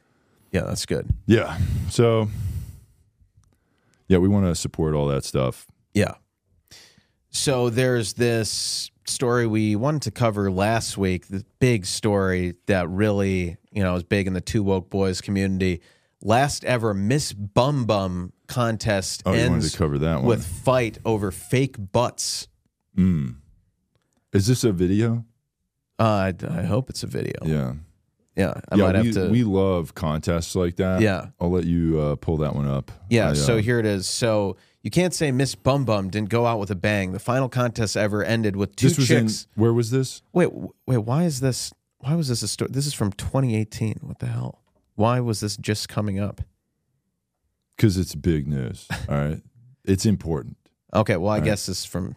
Speaker 2: Yeah, that's good.
Speaker 1: Yeah. So yeah, we want to support all that stuff.
Speaker 2: Yeah. So there's this story we wanted to cover last week, the big story that really, you know, is big in the two woke boys community. Last ever Miss Bum Bum contest
Speaker 1: Oh, you wanted to
Speaker 2: ends
Speaker 1: cover that one.
Speaker 2: with fight over fake butts.
Speaker 1: Is this a video?
Speaker 2: Uh, I, I hope it's a video. Yeah,
Speaker 1: Yeah.
Speaker 2: I
Speaker 1: yeah,
Speaker 2: might
Speaker 1: we,
Speaker 2: have to.
Speaker 1: we love contests like that.
Speaker 2: Yeah.
Speaker 1: I'll let you uh, pull that one up.
Speaker 2: Yeah,
Speaker 1: I, uh,
Speaker 2: so here it is. So you can't say Miss Bum Bum didn't go out with a bang. The final contest ever ended with two
Speaker 1: this was in,
Speaker 2: chicks.
Speaker 1: where was this?
Speaker 2: wait, w- wait, why is this? Why was this a story? This is from 2018. What the hell? Why was this just coming up?
Speaker 1: Because it's big news. All right. It's important.
Speaker 2: Okay, well, I guess this is from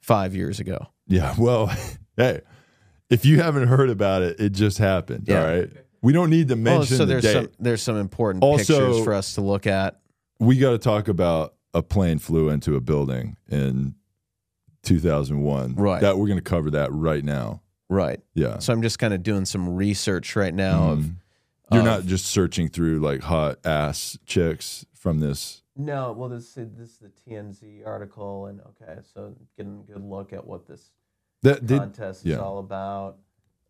Speaker 2: five years ago.
Speaker 1: Yeah. Well, hey, if you haven't heard about it, it just happened.
Speaker 2: Yeah.
Speaker 1: All right. We don't need to
Speaker 2: Oh,
Speaker 1: mention
Speaker 2: so
Speaker 1: the
Speaker 2: there's
Speaker 1: date.
Speaker 2: some there's some important
Speaker 1: Also-
Speaker 2: pictures for us to look at.
Speaker 1: we got to talk about a plane flew into a building in 2001.
Speaker 2: Right.
Speaker 1: That we're going to cover that right Mm. now.
Speaker 2: Right.
Speaker 1: Yeah.
Speaker 2: So I'm just kind of doing some research right now of
Speaker 1: Mm-hmm. You're
Speaker 2: of-
Speaker 1: not just searching through like hot ass chicks from this.
Speaker 2: No, well, this this is the TMZ article, and okay, so getting a good look at what this
Speaker 1: That did,
Speaker 2: contest
Speaker 1: yeah. Mm-hmm.
Speaker 2: is all about.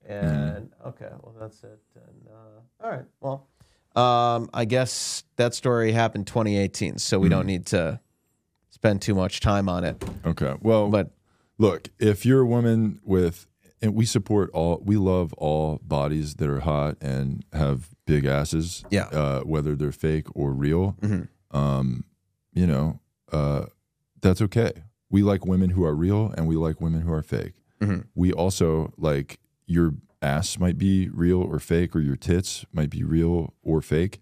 Speaker 2: And okay, well that's it. And uh, all right, well, um, I guess that story happened 2018, so we
Speaker 1: Mm-hmm.
Speaker 2: don't need to spend too much time on it.
Speaker 1: okay. Well,
Speaker 2: But
Speaker 1: look, if you're a woman with, and we support all, we love all bodies that are hot and have big asses.
Speaker 2: Yeah. Mm-hmm.
Speaker 1: Uh, whether they're fake or real. Um, you know, uh, that's okay. We like women who are real and we like women who are fake.
Speaker 2: Mm-hmm.
Speaker 1: We also like your ass might be real or fake or your tits might be real or fake.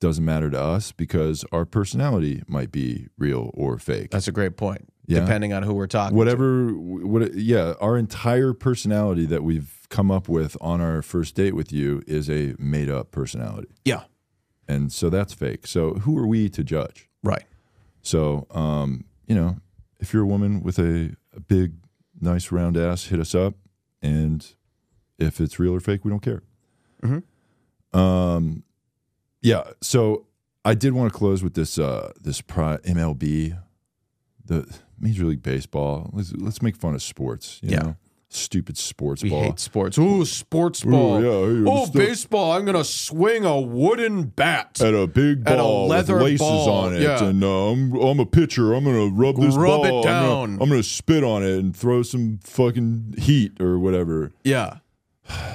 Speaker 1: Doesn't matter to us because our personality might be real or fake
Speaker 2: that's a great point.
Speaker 1: Yeah.
Speaker 2: Depending on who we're talking, to.
Speaker 1: whatever what yeah our entire personality that we've come up with on our first date with you is a made up personality
Speaker 2: Yeah,
Speaker 1: and so that's fake so who are we to judge
Speaker 2: right.
Speaker 1: so um you know if you're a woman with a, a big nice round ass hit us up and if it's real or fake we don't care
Speaker 2: Mm-hmm.
Speaker 1: um yeah so i did want to close with this uh this pri- mlb the Major League Baseball. Let's let's make fun of sports. You
Speaker 2: Yeah.
Speaker 1: know? stupid sports
Speaker 2: We
Speaker 1: ball.
Speaker 2: hate sports. Ooh, sports
Speaker 1: Ooh,
Speaker 2: ball.
Speaker 1: yeah, hey,
Speaker 2: oh,
Speaker 1: it's the-
Speaker 2: baseball. I'm gonna swing a wooden bat.
Speaker 1: at a big
Speaker 2: At a
Speaker 1: ball
Speaker 2: leather
Speaker 1: with laces
Speaker 2: ball,
Speaker 1: on it,
Speaker 2: yeah.
Speaker 1: and uh, I'm I'm a pitcher. I'm gonna rub this
Speaker 2: Rub it
Speaker 1: ball. I'm,
Speaker 2: down.
Speaker 1: gonna, I'm gonna spit on it and throw some fucking heat or whatever.
Speaker 2: Yeah.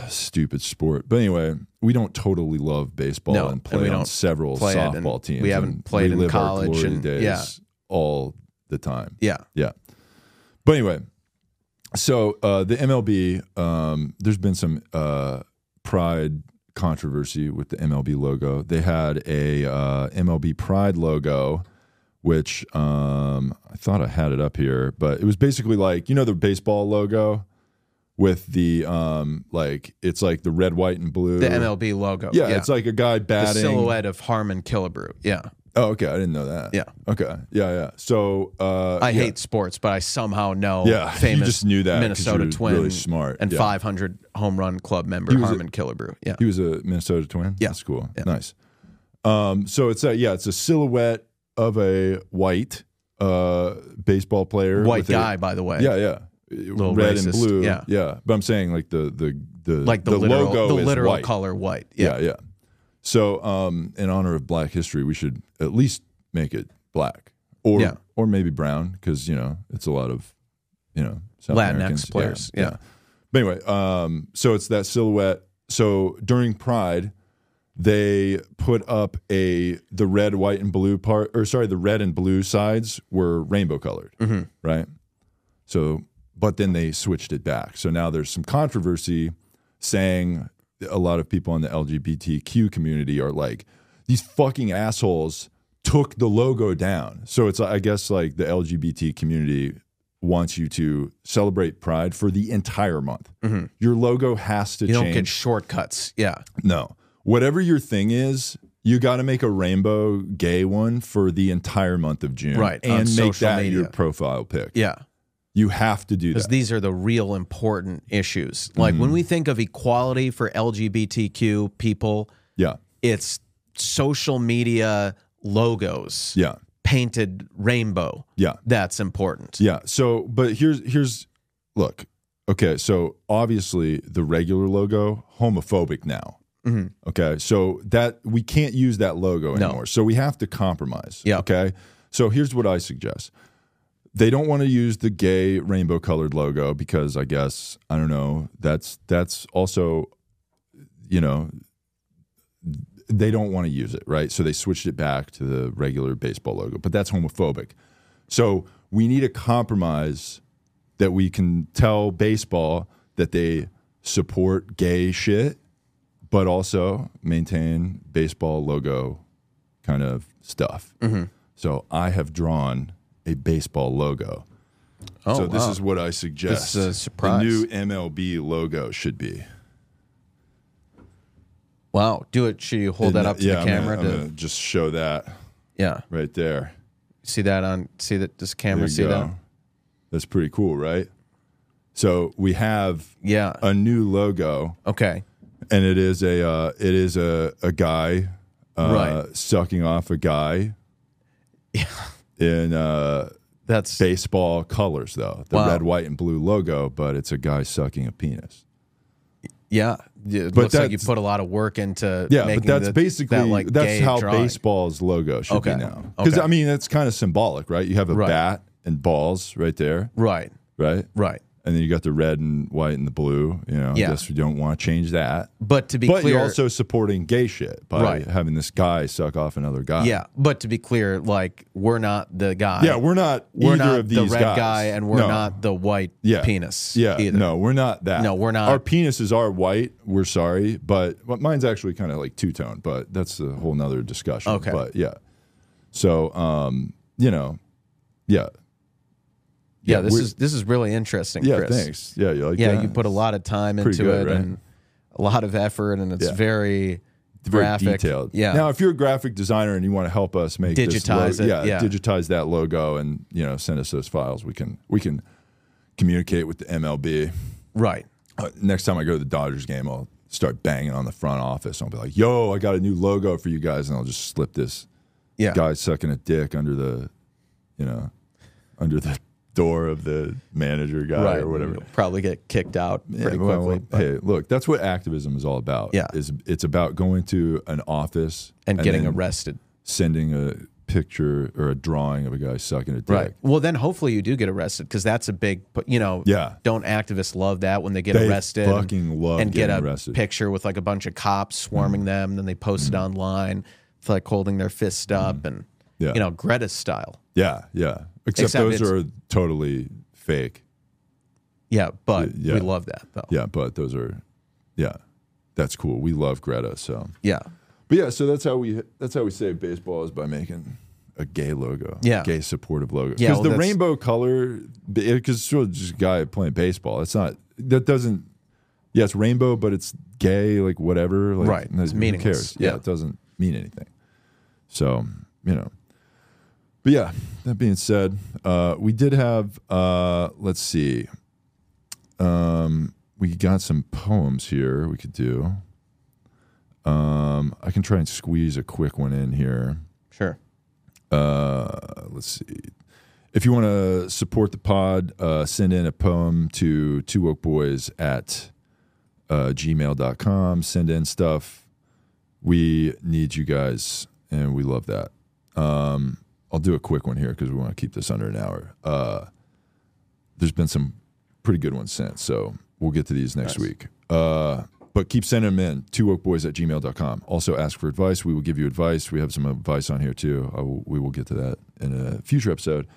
Speaker 1: Stupid sport. But anyway, we don't totally love baseball
Speaker 2: No,
Speaker 1: and
Speaker 2: and
Speaker 1: play
Speaker 2: we
Speaker 1: on
Speaker 2: don't
Speaker 1: several
Speaker 2: play it, and
Speaker 1: softball teams.
Speaker 2: we haven't
Speaker 1: and
Speaker 2: played in
Speaker 1: relive our
Speaker 2: college
Speaker 1: glory
Speaker 2: and-
Speaker 1: days
Speaker 2: yeah.
Speaker 1: all the time.
Speaker 2: Yeah.
Speaker 1: Yeah. But anyway, so uh, the MLB, um, there's been some uh, pride controversy with the MLB logo. They had a uh, MLB pride logo, which um, I thought I had it up here, but it was basically like you know the baseball logo with the um, like it's like the red, white, and blue.
Speaker 2: The MLB logo.
Speaker 1: Yeah, it's like a guy
Speaker 2: the
Speaker 1: batting.
Speaker 2: silhouette of Harmon Killebrew. Yeah.
Speaker 1: Oh, okay, I didn't know that.
Speaker 2: Yeah.
Speaker 1: Okay. Yeah, yeah. So uh,
Speaker 2: I
Speaker 1: yeah.
Speaker 2: hate sports, but I somehow know
Speaker 1: Yeah, you
Speaker 2: famous
Speaker 1: just knew that 'cause you
Speaker 2: Minnesota
Speaker 1: were
Speaker 2: twin
Speaker 1: really smart,
Speaker 2: and
Speaker 1: yeah.
Speaker 2: 500 home run club member
Speaker 1: He was a-
Speaker 2: Harmon Killebrew. Yeah.
Speaker 1: He was a Minnesota Twin.
Speaker 2: Yeah.
Speaker 1: that's cool. Nice. Um, so it's a yeah, it's a silhouette of a white uh baseball player,
Speaker 2: White
Speaker 1: with a-
Speaker 2: guy, by the way.
Speaker 1: yeah, yeah, red and
Speaker 2: racist,
Speaker 1: blue.
Speaker 2: yeah.
Speaker 1: yeah. But I'm saying like the the the
Speaker 2: Like the, literal,
Speaker 1: logo
Speaker 2: the
Speaker 1: is
Speaker 2: literal
Speaker 1: white.
Speaker 2: color white. Yeah.
Speaker 1: Yeah. yeah, So um, in honor of Black History, we should at least make it black or
Speaker 2: Yeah.
Speaker 1: or maybe brown because you know it's a lot of you know South
Speaker 2: Latinx
Speaker 1: Americans. Yeah,
Speaker 2: players, yeah.
Speaker 1: But anyway, um, so it's that silhouette. So during Pride, they put up a the red, white, and blue part, or sorry, the red and blue sides were rainbow colored,
Speaker 2: Mm-hmm.
Speaker 1: right? So, but then they switched it back. So now there's some controversy saying a lot of people in the LGBTQ community are like, these fucking assholes took the logo down. So it's, I guess, like the LGBT community wants you to celebrate Pride for the entire month. Your logo has to
Speaker 2: Mm-hmm. You don't
Speaker 1: change.
Speaker 2: get shortcuts. Yeah.
Speaker 1: No. Whatever your thing is, you got to make a rainbow gay one for the entire month of June.
Speaker 2: Right, on
Speaker 1: And make
Speaker 2: social
Speaker 1: that your
Speaker 2: media.
Speaker 1: profile pic.
Speaker 2: Yeah.
Speaker 1: You have to do
Speaker 2: Because
Speaker 1: that.
Speaker 2: these are the real important issues. Like
Speaker 1: Mm-hmm.
Speaker 2: when we think of equality for LGBTQ people,
Speaker 1: yeah.
Speaker 2: it's social media logos
Speaker 1: Yeah.
Speaker 2: painted rainbow.
Speaker 1: Yeah.
Speaker 2: That's important.
Speaker 1: Yeah. So, but here's here's look. Okay, so obviously the regular logo homophobic now. Okay, so that we can't use that logo anymore. So we have to compromise.
Speaker 2: Yeah.
Speaker 1: Okay. So here's what I suggest. They don't want to use the gay rainbow colored logo because I guess I don't know. That's that's also, you know, they don't want to use it, right? So they switched it back to the regular baseball logo, but that's homophobic. So we need a compromise that we can tell baseball that they support gay shit, but also maintain baseball logo kind of stuff.
Speaker 2: Mm-hmm.
Speaker 1: So I have drawn a baseball logo.
Speaker 2: Oh,
Speaker 1: so this
Speaker 2: wow.
Speaker 1: is what I suggest.
Speaker 2: This is a surprise.
Speaker 1: The new MLB logo should be.
Speaker 2: Wow. Do it. Should you hold that up to
Speaker 1: yeah,
Speaker 2: the
Speaker 1: I'm gonna-
Speaker 2: camera?
Speaker 1: I'm
Speaker 2: to,
Speaker 1: gonna just show that
Speaker 2: yeah.
Speaker 1: right there.
Speaker 2: See that on. See that. Does the
Speaker 1: There
Speaker 2: camera
Speaker 1: you
Speaker 2: see
Speaker 1: go.
Speaker 2: that?
Speaker 1: That's pretty cool, right? So we have
Speaker 2: Yeah.
Speaker 1: a new logo,
Speaker 2: okay.
Speaker 1: and it is a uh, it is a a guy uh,
Speaker 2: Right.
Speaker 1: sucking off a guy in uh,
Speaker 2: That's
Speaker 1: baseball colors, though the
Speaker 2: Wow.
Speaker 1: red, white, and blue logo, but it's a guy sucking a penis.
Speaker 2: yeah. Yeah, It
Speaker 1: But
Speaker 2: looks like you
Speaker 1: that's-
Speaker 2: put a lot of work into.
Speaker 1: Yeah,
Speaker 2: making
Speaker 1: but that's
Speaker 2: the-
Speaker 1: basically
Speaker 2: that, like,
Speaker 1: that's
Speaker 2: gay
Speaker 1: how
Speaker 2: drawing.
Speaker 1: baseball's logo should
Speaker 2: Okay.
Speaker 1: be now. Because
Speaker 2: Okay.
Speaker 1: I mean, that's kind of symbolic, right? You have a
Speaker 2: Right.
Speaker 1: bat and balls right there,
Speaker 2: Right.
Speaker 1: right?
Speaker 2: Right.
Speaker 1: and then you got the red and white and the blue. You know,
Speaker 2: Yeah.
Speaker 1: I guess we don't want to change that.
Speaker 2: But to be
Speaker 1: But
Speaker 2: clear,
Speaker 1: you're also supporting gay shit by
Speaker 2: Right.
Speaker 1: having this guy suck off another guy.
Speaker 2: yeah. But to be clear, like we're not the guy.
Speaker 1: yeah, we're not
Speaker 2: we're
Speaker 1: either
Speaker 2: not
Speaker 1: of these
Speaker 2: the red
Speaker 1: guys.
Speaker 2: guy, and we're
Speaker 1: No.
Speaker 2: not the white
Speaker 1: yeah.
Speaker 2: penis.
Speaker 1: Yeah,
Speaker 2: Either.
Speaker 1: no, we're not that.
Speaker 2: No, we're not.
Speaker 1: Our penises are white. We're sorry, but well, mine's actually kind of like two tone, but that's a whole nother discussion.
Speaker 2: Okay.
Speaker 1: but yeah. So, um, you know, yeah,
Speaker 2: Yeah.
Speaker 1: Yeah,
Speaker 2: this
Speaker 1: we're-
Speaker 2: is this is really interesting,
Speaker 1: yeah.
Speaker 2: Chris.
Speaker 1: Thanks. Yeah, you like
Speaker 2: Yeah,
Speaker 1: that?
Speaker 2: you put a lot of time
Speaker 1: pretty
Speaker 2: into
Speaker 1: good,
Speaker 2: it
Speaker 1: right?
Speaker 2: and a lot of effort, and it's
Speaker 1: Yeah.
Speaker 2: very
Speaker 1: very
Speaker 2: graphic.
Speaker 1: detailed.
Speaker 2: Yeah.
Speaker 1: Now, if you're a graphic designer and you want to help us make this
Speaker 2: Digitize
Speaker 1: lo-
Speaker 2: it,
Speaker 1: yeah,
Speaker 2: yeah.
Speaker 1: digitize that logo and you know send us those files. We can we can communicate with the MLB.
Speaker 2: right.
Speaker 1: Uh, next time I go to the Dodgers game, I'll start banging on the front office. I'll be like, "Yo, I got a new logo for you guys," and I'll just slip this
Speaker 2: Yeah.
Speaker 1: guy sucking a dick under the, you know, under the door of the manager guy
Speaker 2: Right.
Speaker 1: or whatever.
Speaker 2: You'll probably get kicked out pretty
Speaker 1: Yeah, well,
Speaker 2: quickly. but-
Speaker 1: hey, look, that's what activism is all about.
Speaker 2: Yeah.
Speaker 1: is it's about going to an office
Speaker 2: and, getting
Speaker 1: then-
Speaker 2: arrested.
Speaker 1: sending a picture or a drawing of a guy sucking a dick.
Speaker 2: Well, then hopefully you do get arrested because that's a big, pu- you know,
Speaker 1: Yeah.
Speaker 2: don't activists love that when they get
Speaker 1: They
Speaker 2: arrested?
Speaker 1: fucking love
Speaker 2: and get
Speaker 1: getting
Speaker 2: a
Speaker 1: arrested. Mm-hmm.
Speaker 2: picture with like a bunch of cops swarming them. Then they post it online, it's like holding their fist up and,
Speaker 1: Mm-hmm. Yeah.
Speaker 2: you know, Greta style.
Speaker 1: Yeah, yeah. Except,
Speaker 2: Except
Speaker 1: those
Speaker 2: it's-
Speaker 1: are totally fake.
Speaker 2: Yeah. But
Speaker 1: Yeah.
Speaker 2: we love that though.
Speaker 1: Yeah, but those are yeah. That's cool. We love Greta, so.
Speaker 2: Yeah.
Speaker 1: But yeah, so that's how we that's how we save baseball is by making a gay logo.
Speaker 2: Yeah.
Speaker 1: Gay supportive logo. Because
Speaker 2: Yeah, well,
Speaker 1: the
Speaker 2: that's-
Speaker 1: rainbow color because sure just a guy playing baseball. It's not that doesn't yeah, it's rainbow, but it's gay, like whatever. Like,
Speaker 2: Right.
Speaker 1: no-
Speaker 2: It's
Speaker 1: who
Speaker 2: meaningless.
Speaker 1: cares? Yeah,
Speaker 2: Yeah.
Speaker 1: it doesn't mean anything. So, you know. But yeah, that being said, uh, we did have uh, let's see. Um, we got some poems here we could do. Um, I can try and squeeze a quick one in here.
Speaker 2: Sure.
Speaker 1: Uh, let's see. If you want to support the pod, uh, send in a poem to two woke boys at uh, gmail.com. Send in stuff. We need you guys, and we love that. Um, I'll do a quick one here because we want to keep this under an hour. Uh, there's been some pretty good ones sent, so we'll get to these next week. Uh, but keep sending them in, two boys at gmail.com. Also, ask for advice. We will give you advice. We have some advice on here, too. I will, we will get to that in a future episode.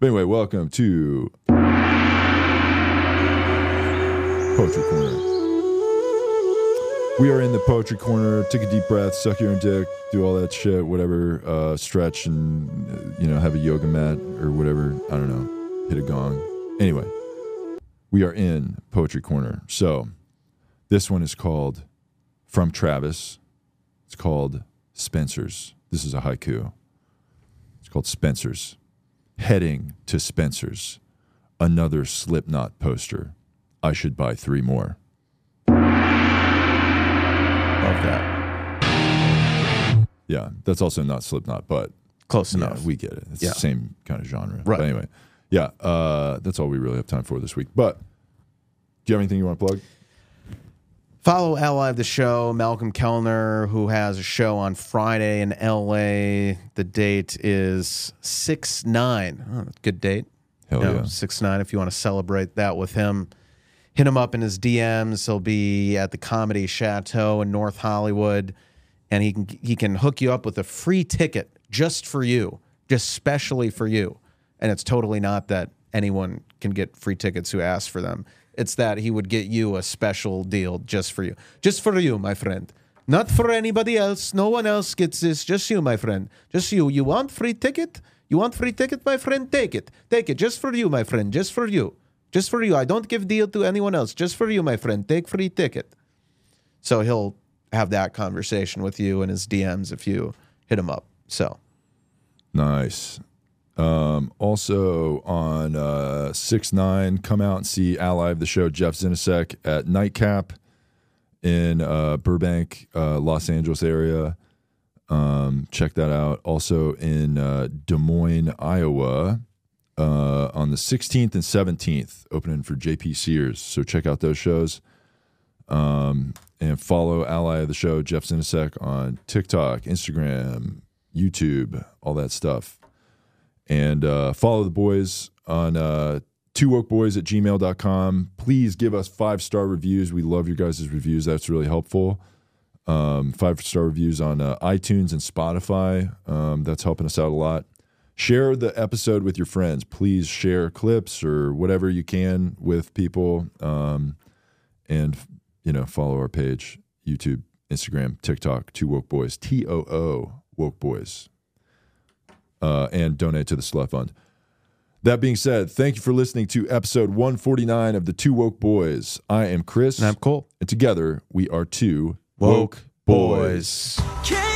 Speaker 1: But anyway, welcome to Poetry Corner. We are in the Poetry Corner. Take a deep breath, suck your own dick, do all that shit, whatever. Uh, stretch and, uh, you know, have a yoga mat or whatever. I don't know. Hit a gong. Anyway, we are in Poetry Corner. So this one is called From Travis. It's called Spencer's. This is a haiku. It's called Spencer's. Heading to Spencer's. Another Slipknot poster. I should buy three more.
Speaker 2: Love that.
Speaker 1: Yeah, that's also not Slipknot, but
Speaker 2: Close
Speaker 1: yeah,
Speaker 2: enough.
Speaker 1: we get it. It's
Speaker 2: Yeah.
Speaker 1: the same kind of genre.
Speaker 2: Right.
Speaker 1: But anyway, yeah, uh, that's all we really have time for this week. But do you have anything you want to plug?
Speaker 2: Follow ally of the show, Malcolm Kellner, who has a show on Friday in LA. The date is 6 9. Oh, good date.
Speaker 1: Hell yeah.
Speaker 2: 6 9 if you want to celebrate that with him. Hit him up in his DMs. He'll be at the Comedy Chateau in North Hollywood, and he can, he can hook you up with a free ticket just for you, just specially for you. And it's totally not that anyone can get free tickets who ask for them. It's that he would get you a special deal just for you. Just for you, my friend. Not for anybody else. No one else gets this. Just you, my friend. Just you. You want free ticket? You want free ticket, my friend? Take it. Take it. Just for you, my friend. Just for you. Just for you. I don't give deal to anyone else. Just for you, my friend. Take free ticket. So he'll have that conversation with you in his DMs if you hit him up. So
Speaker 1: Nice. Um, also on uh, six nine, come out and see ally of the show Jeff Zinasek at Nightcap in uh, Burbank, uh, Los Angeles area. Um, check that out. Also in uh, Des Moines, Iowa, uh, on the 16th and 17th, opening for JP Sears. So check out those shows. Um, and follow ally of the show Jeff Zinasek on TikTok, Instagram, YouTube, all that stuff. And uh, follow the boys on uh, two woke boys at gmail.com. Please give us five star reviews. We love your guys' reviews. That's really helpful. Um, five star reviews on uh, iTunes and Spotify. Um, that's helping us out a lot. Share the episode with your friends. Please share clips or whatever you can with people. Um, and you know follow our page youtube instagram tiktok two woke boys t-o-o woke boys uh, and donate to the slut fund that being said thank you for listening to episode 149 of the two woke boys i am chris
Speaker 2: cool.
Speaker 1: and together we are two
Speaker 2: Woke boys.
Speaker 5: Can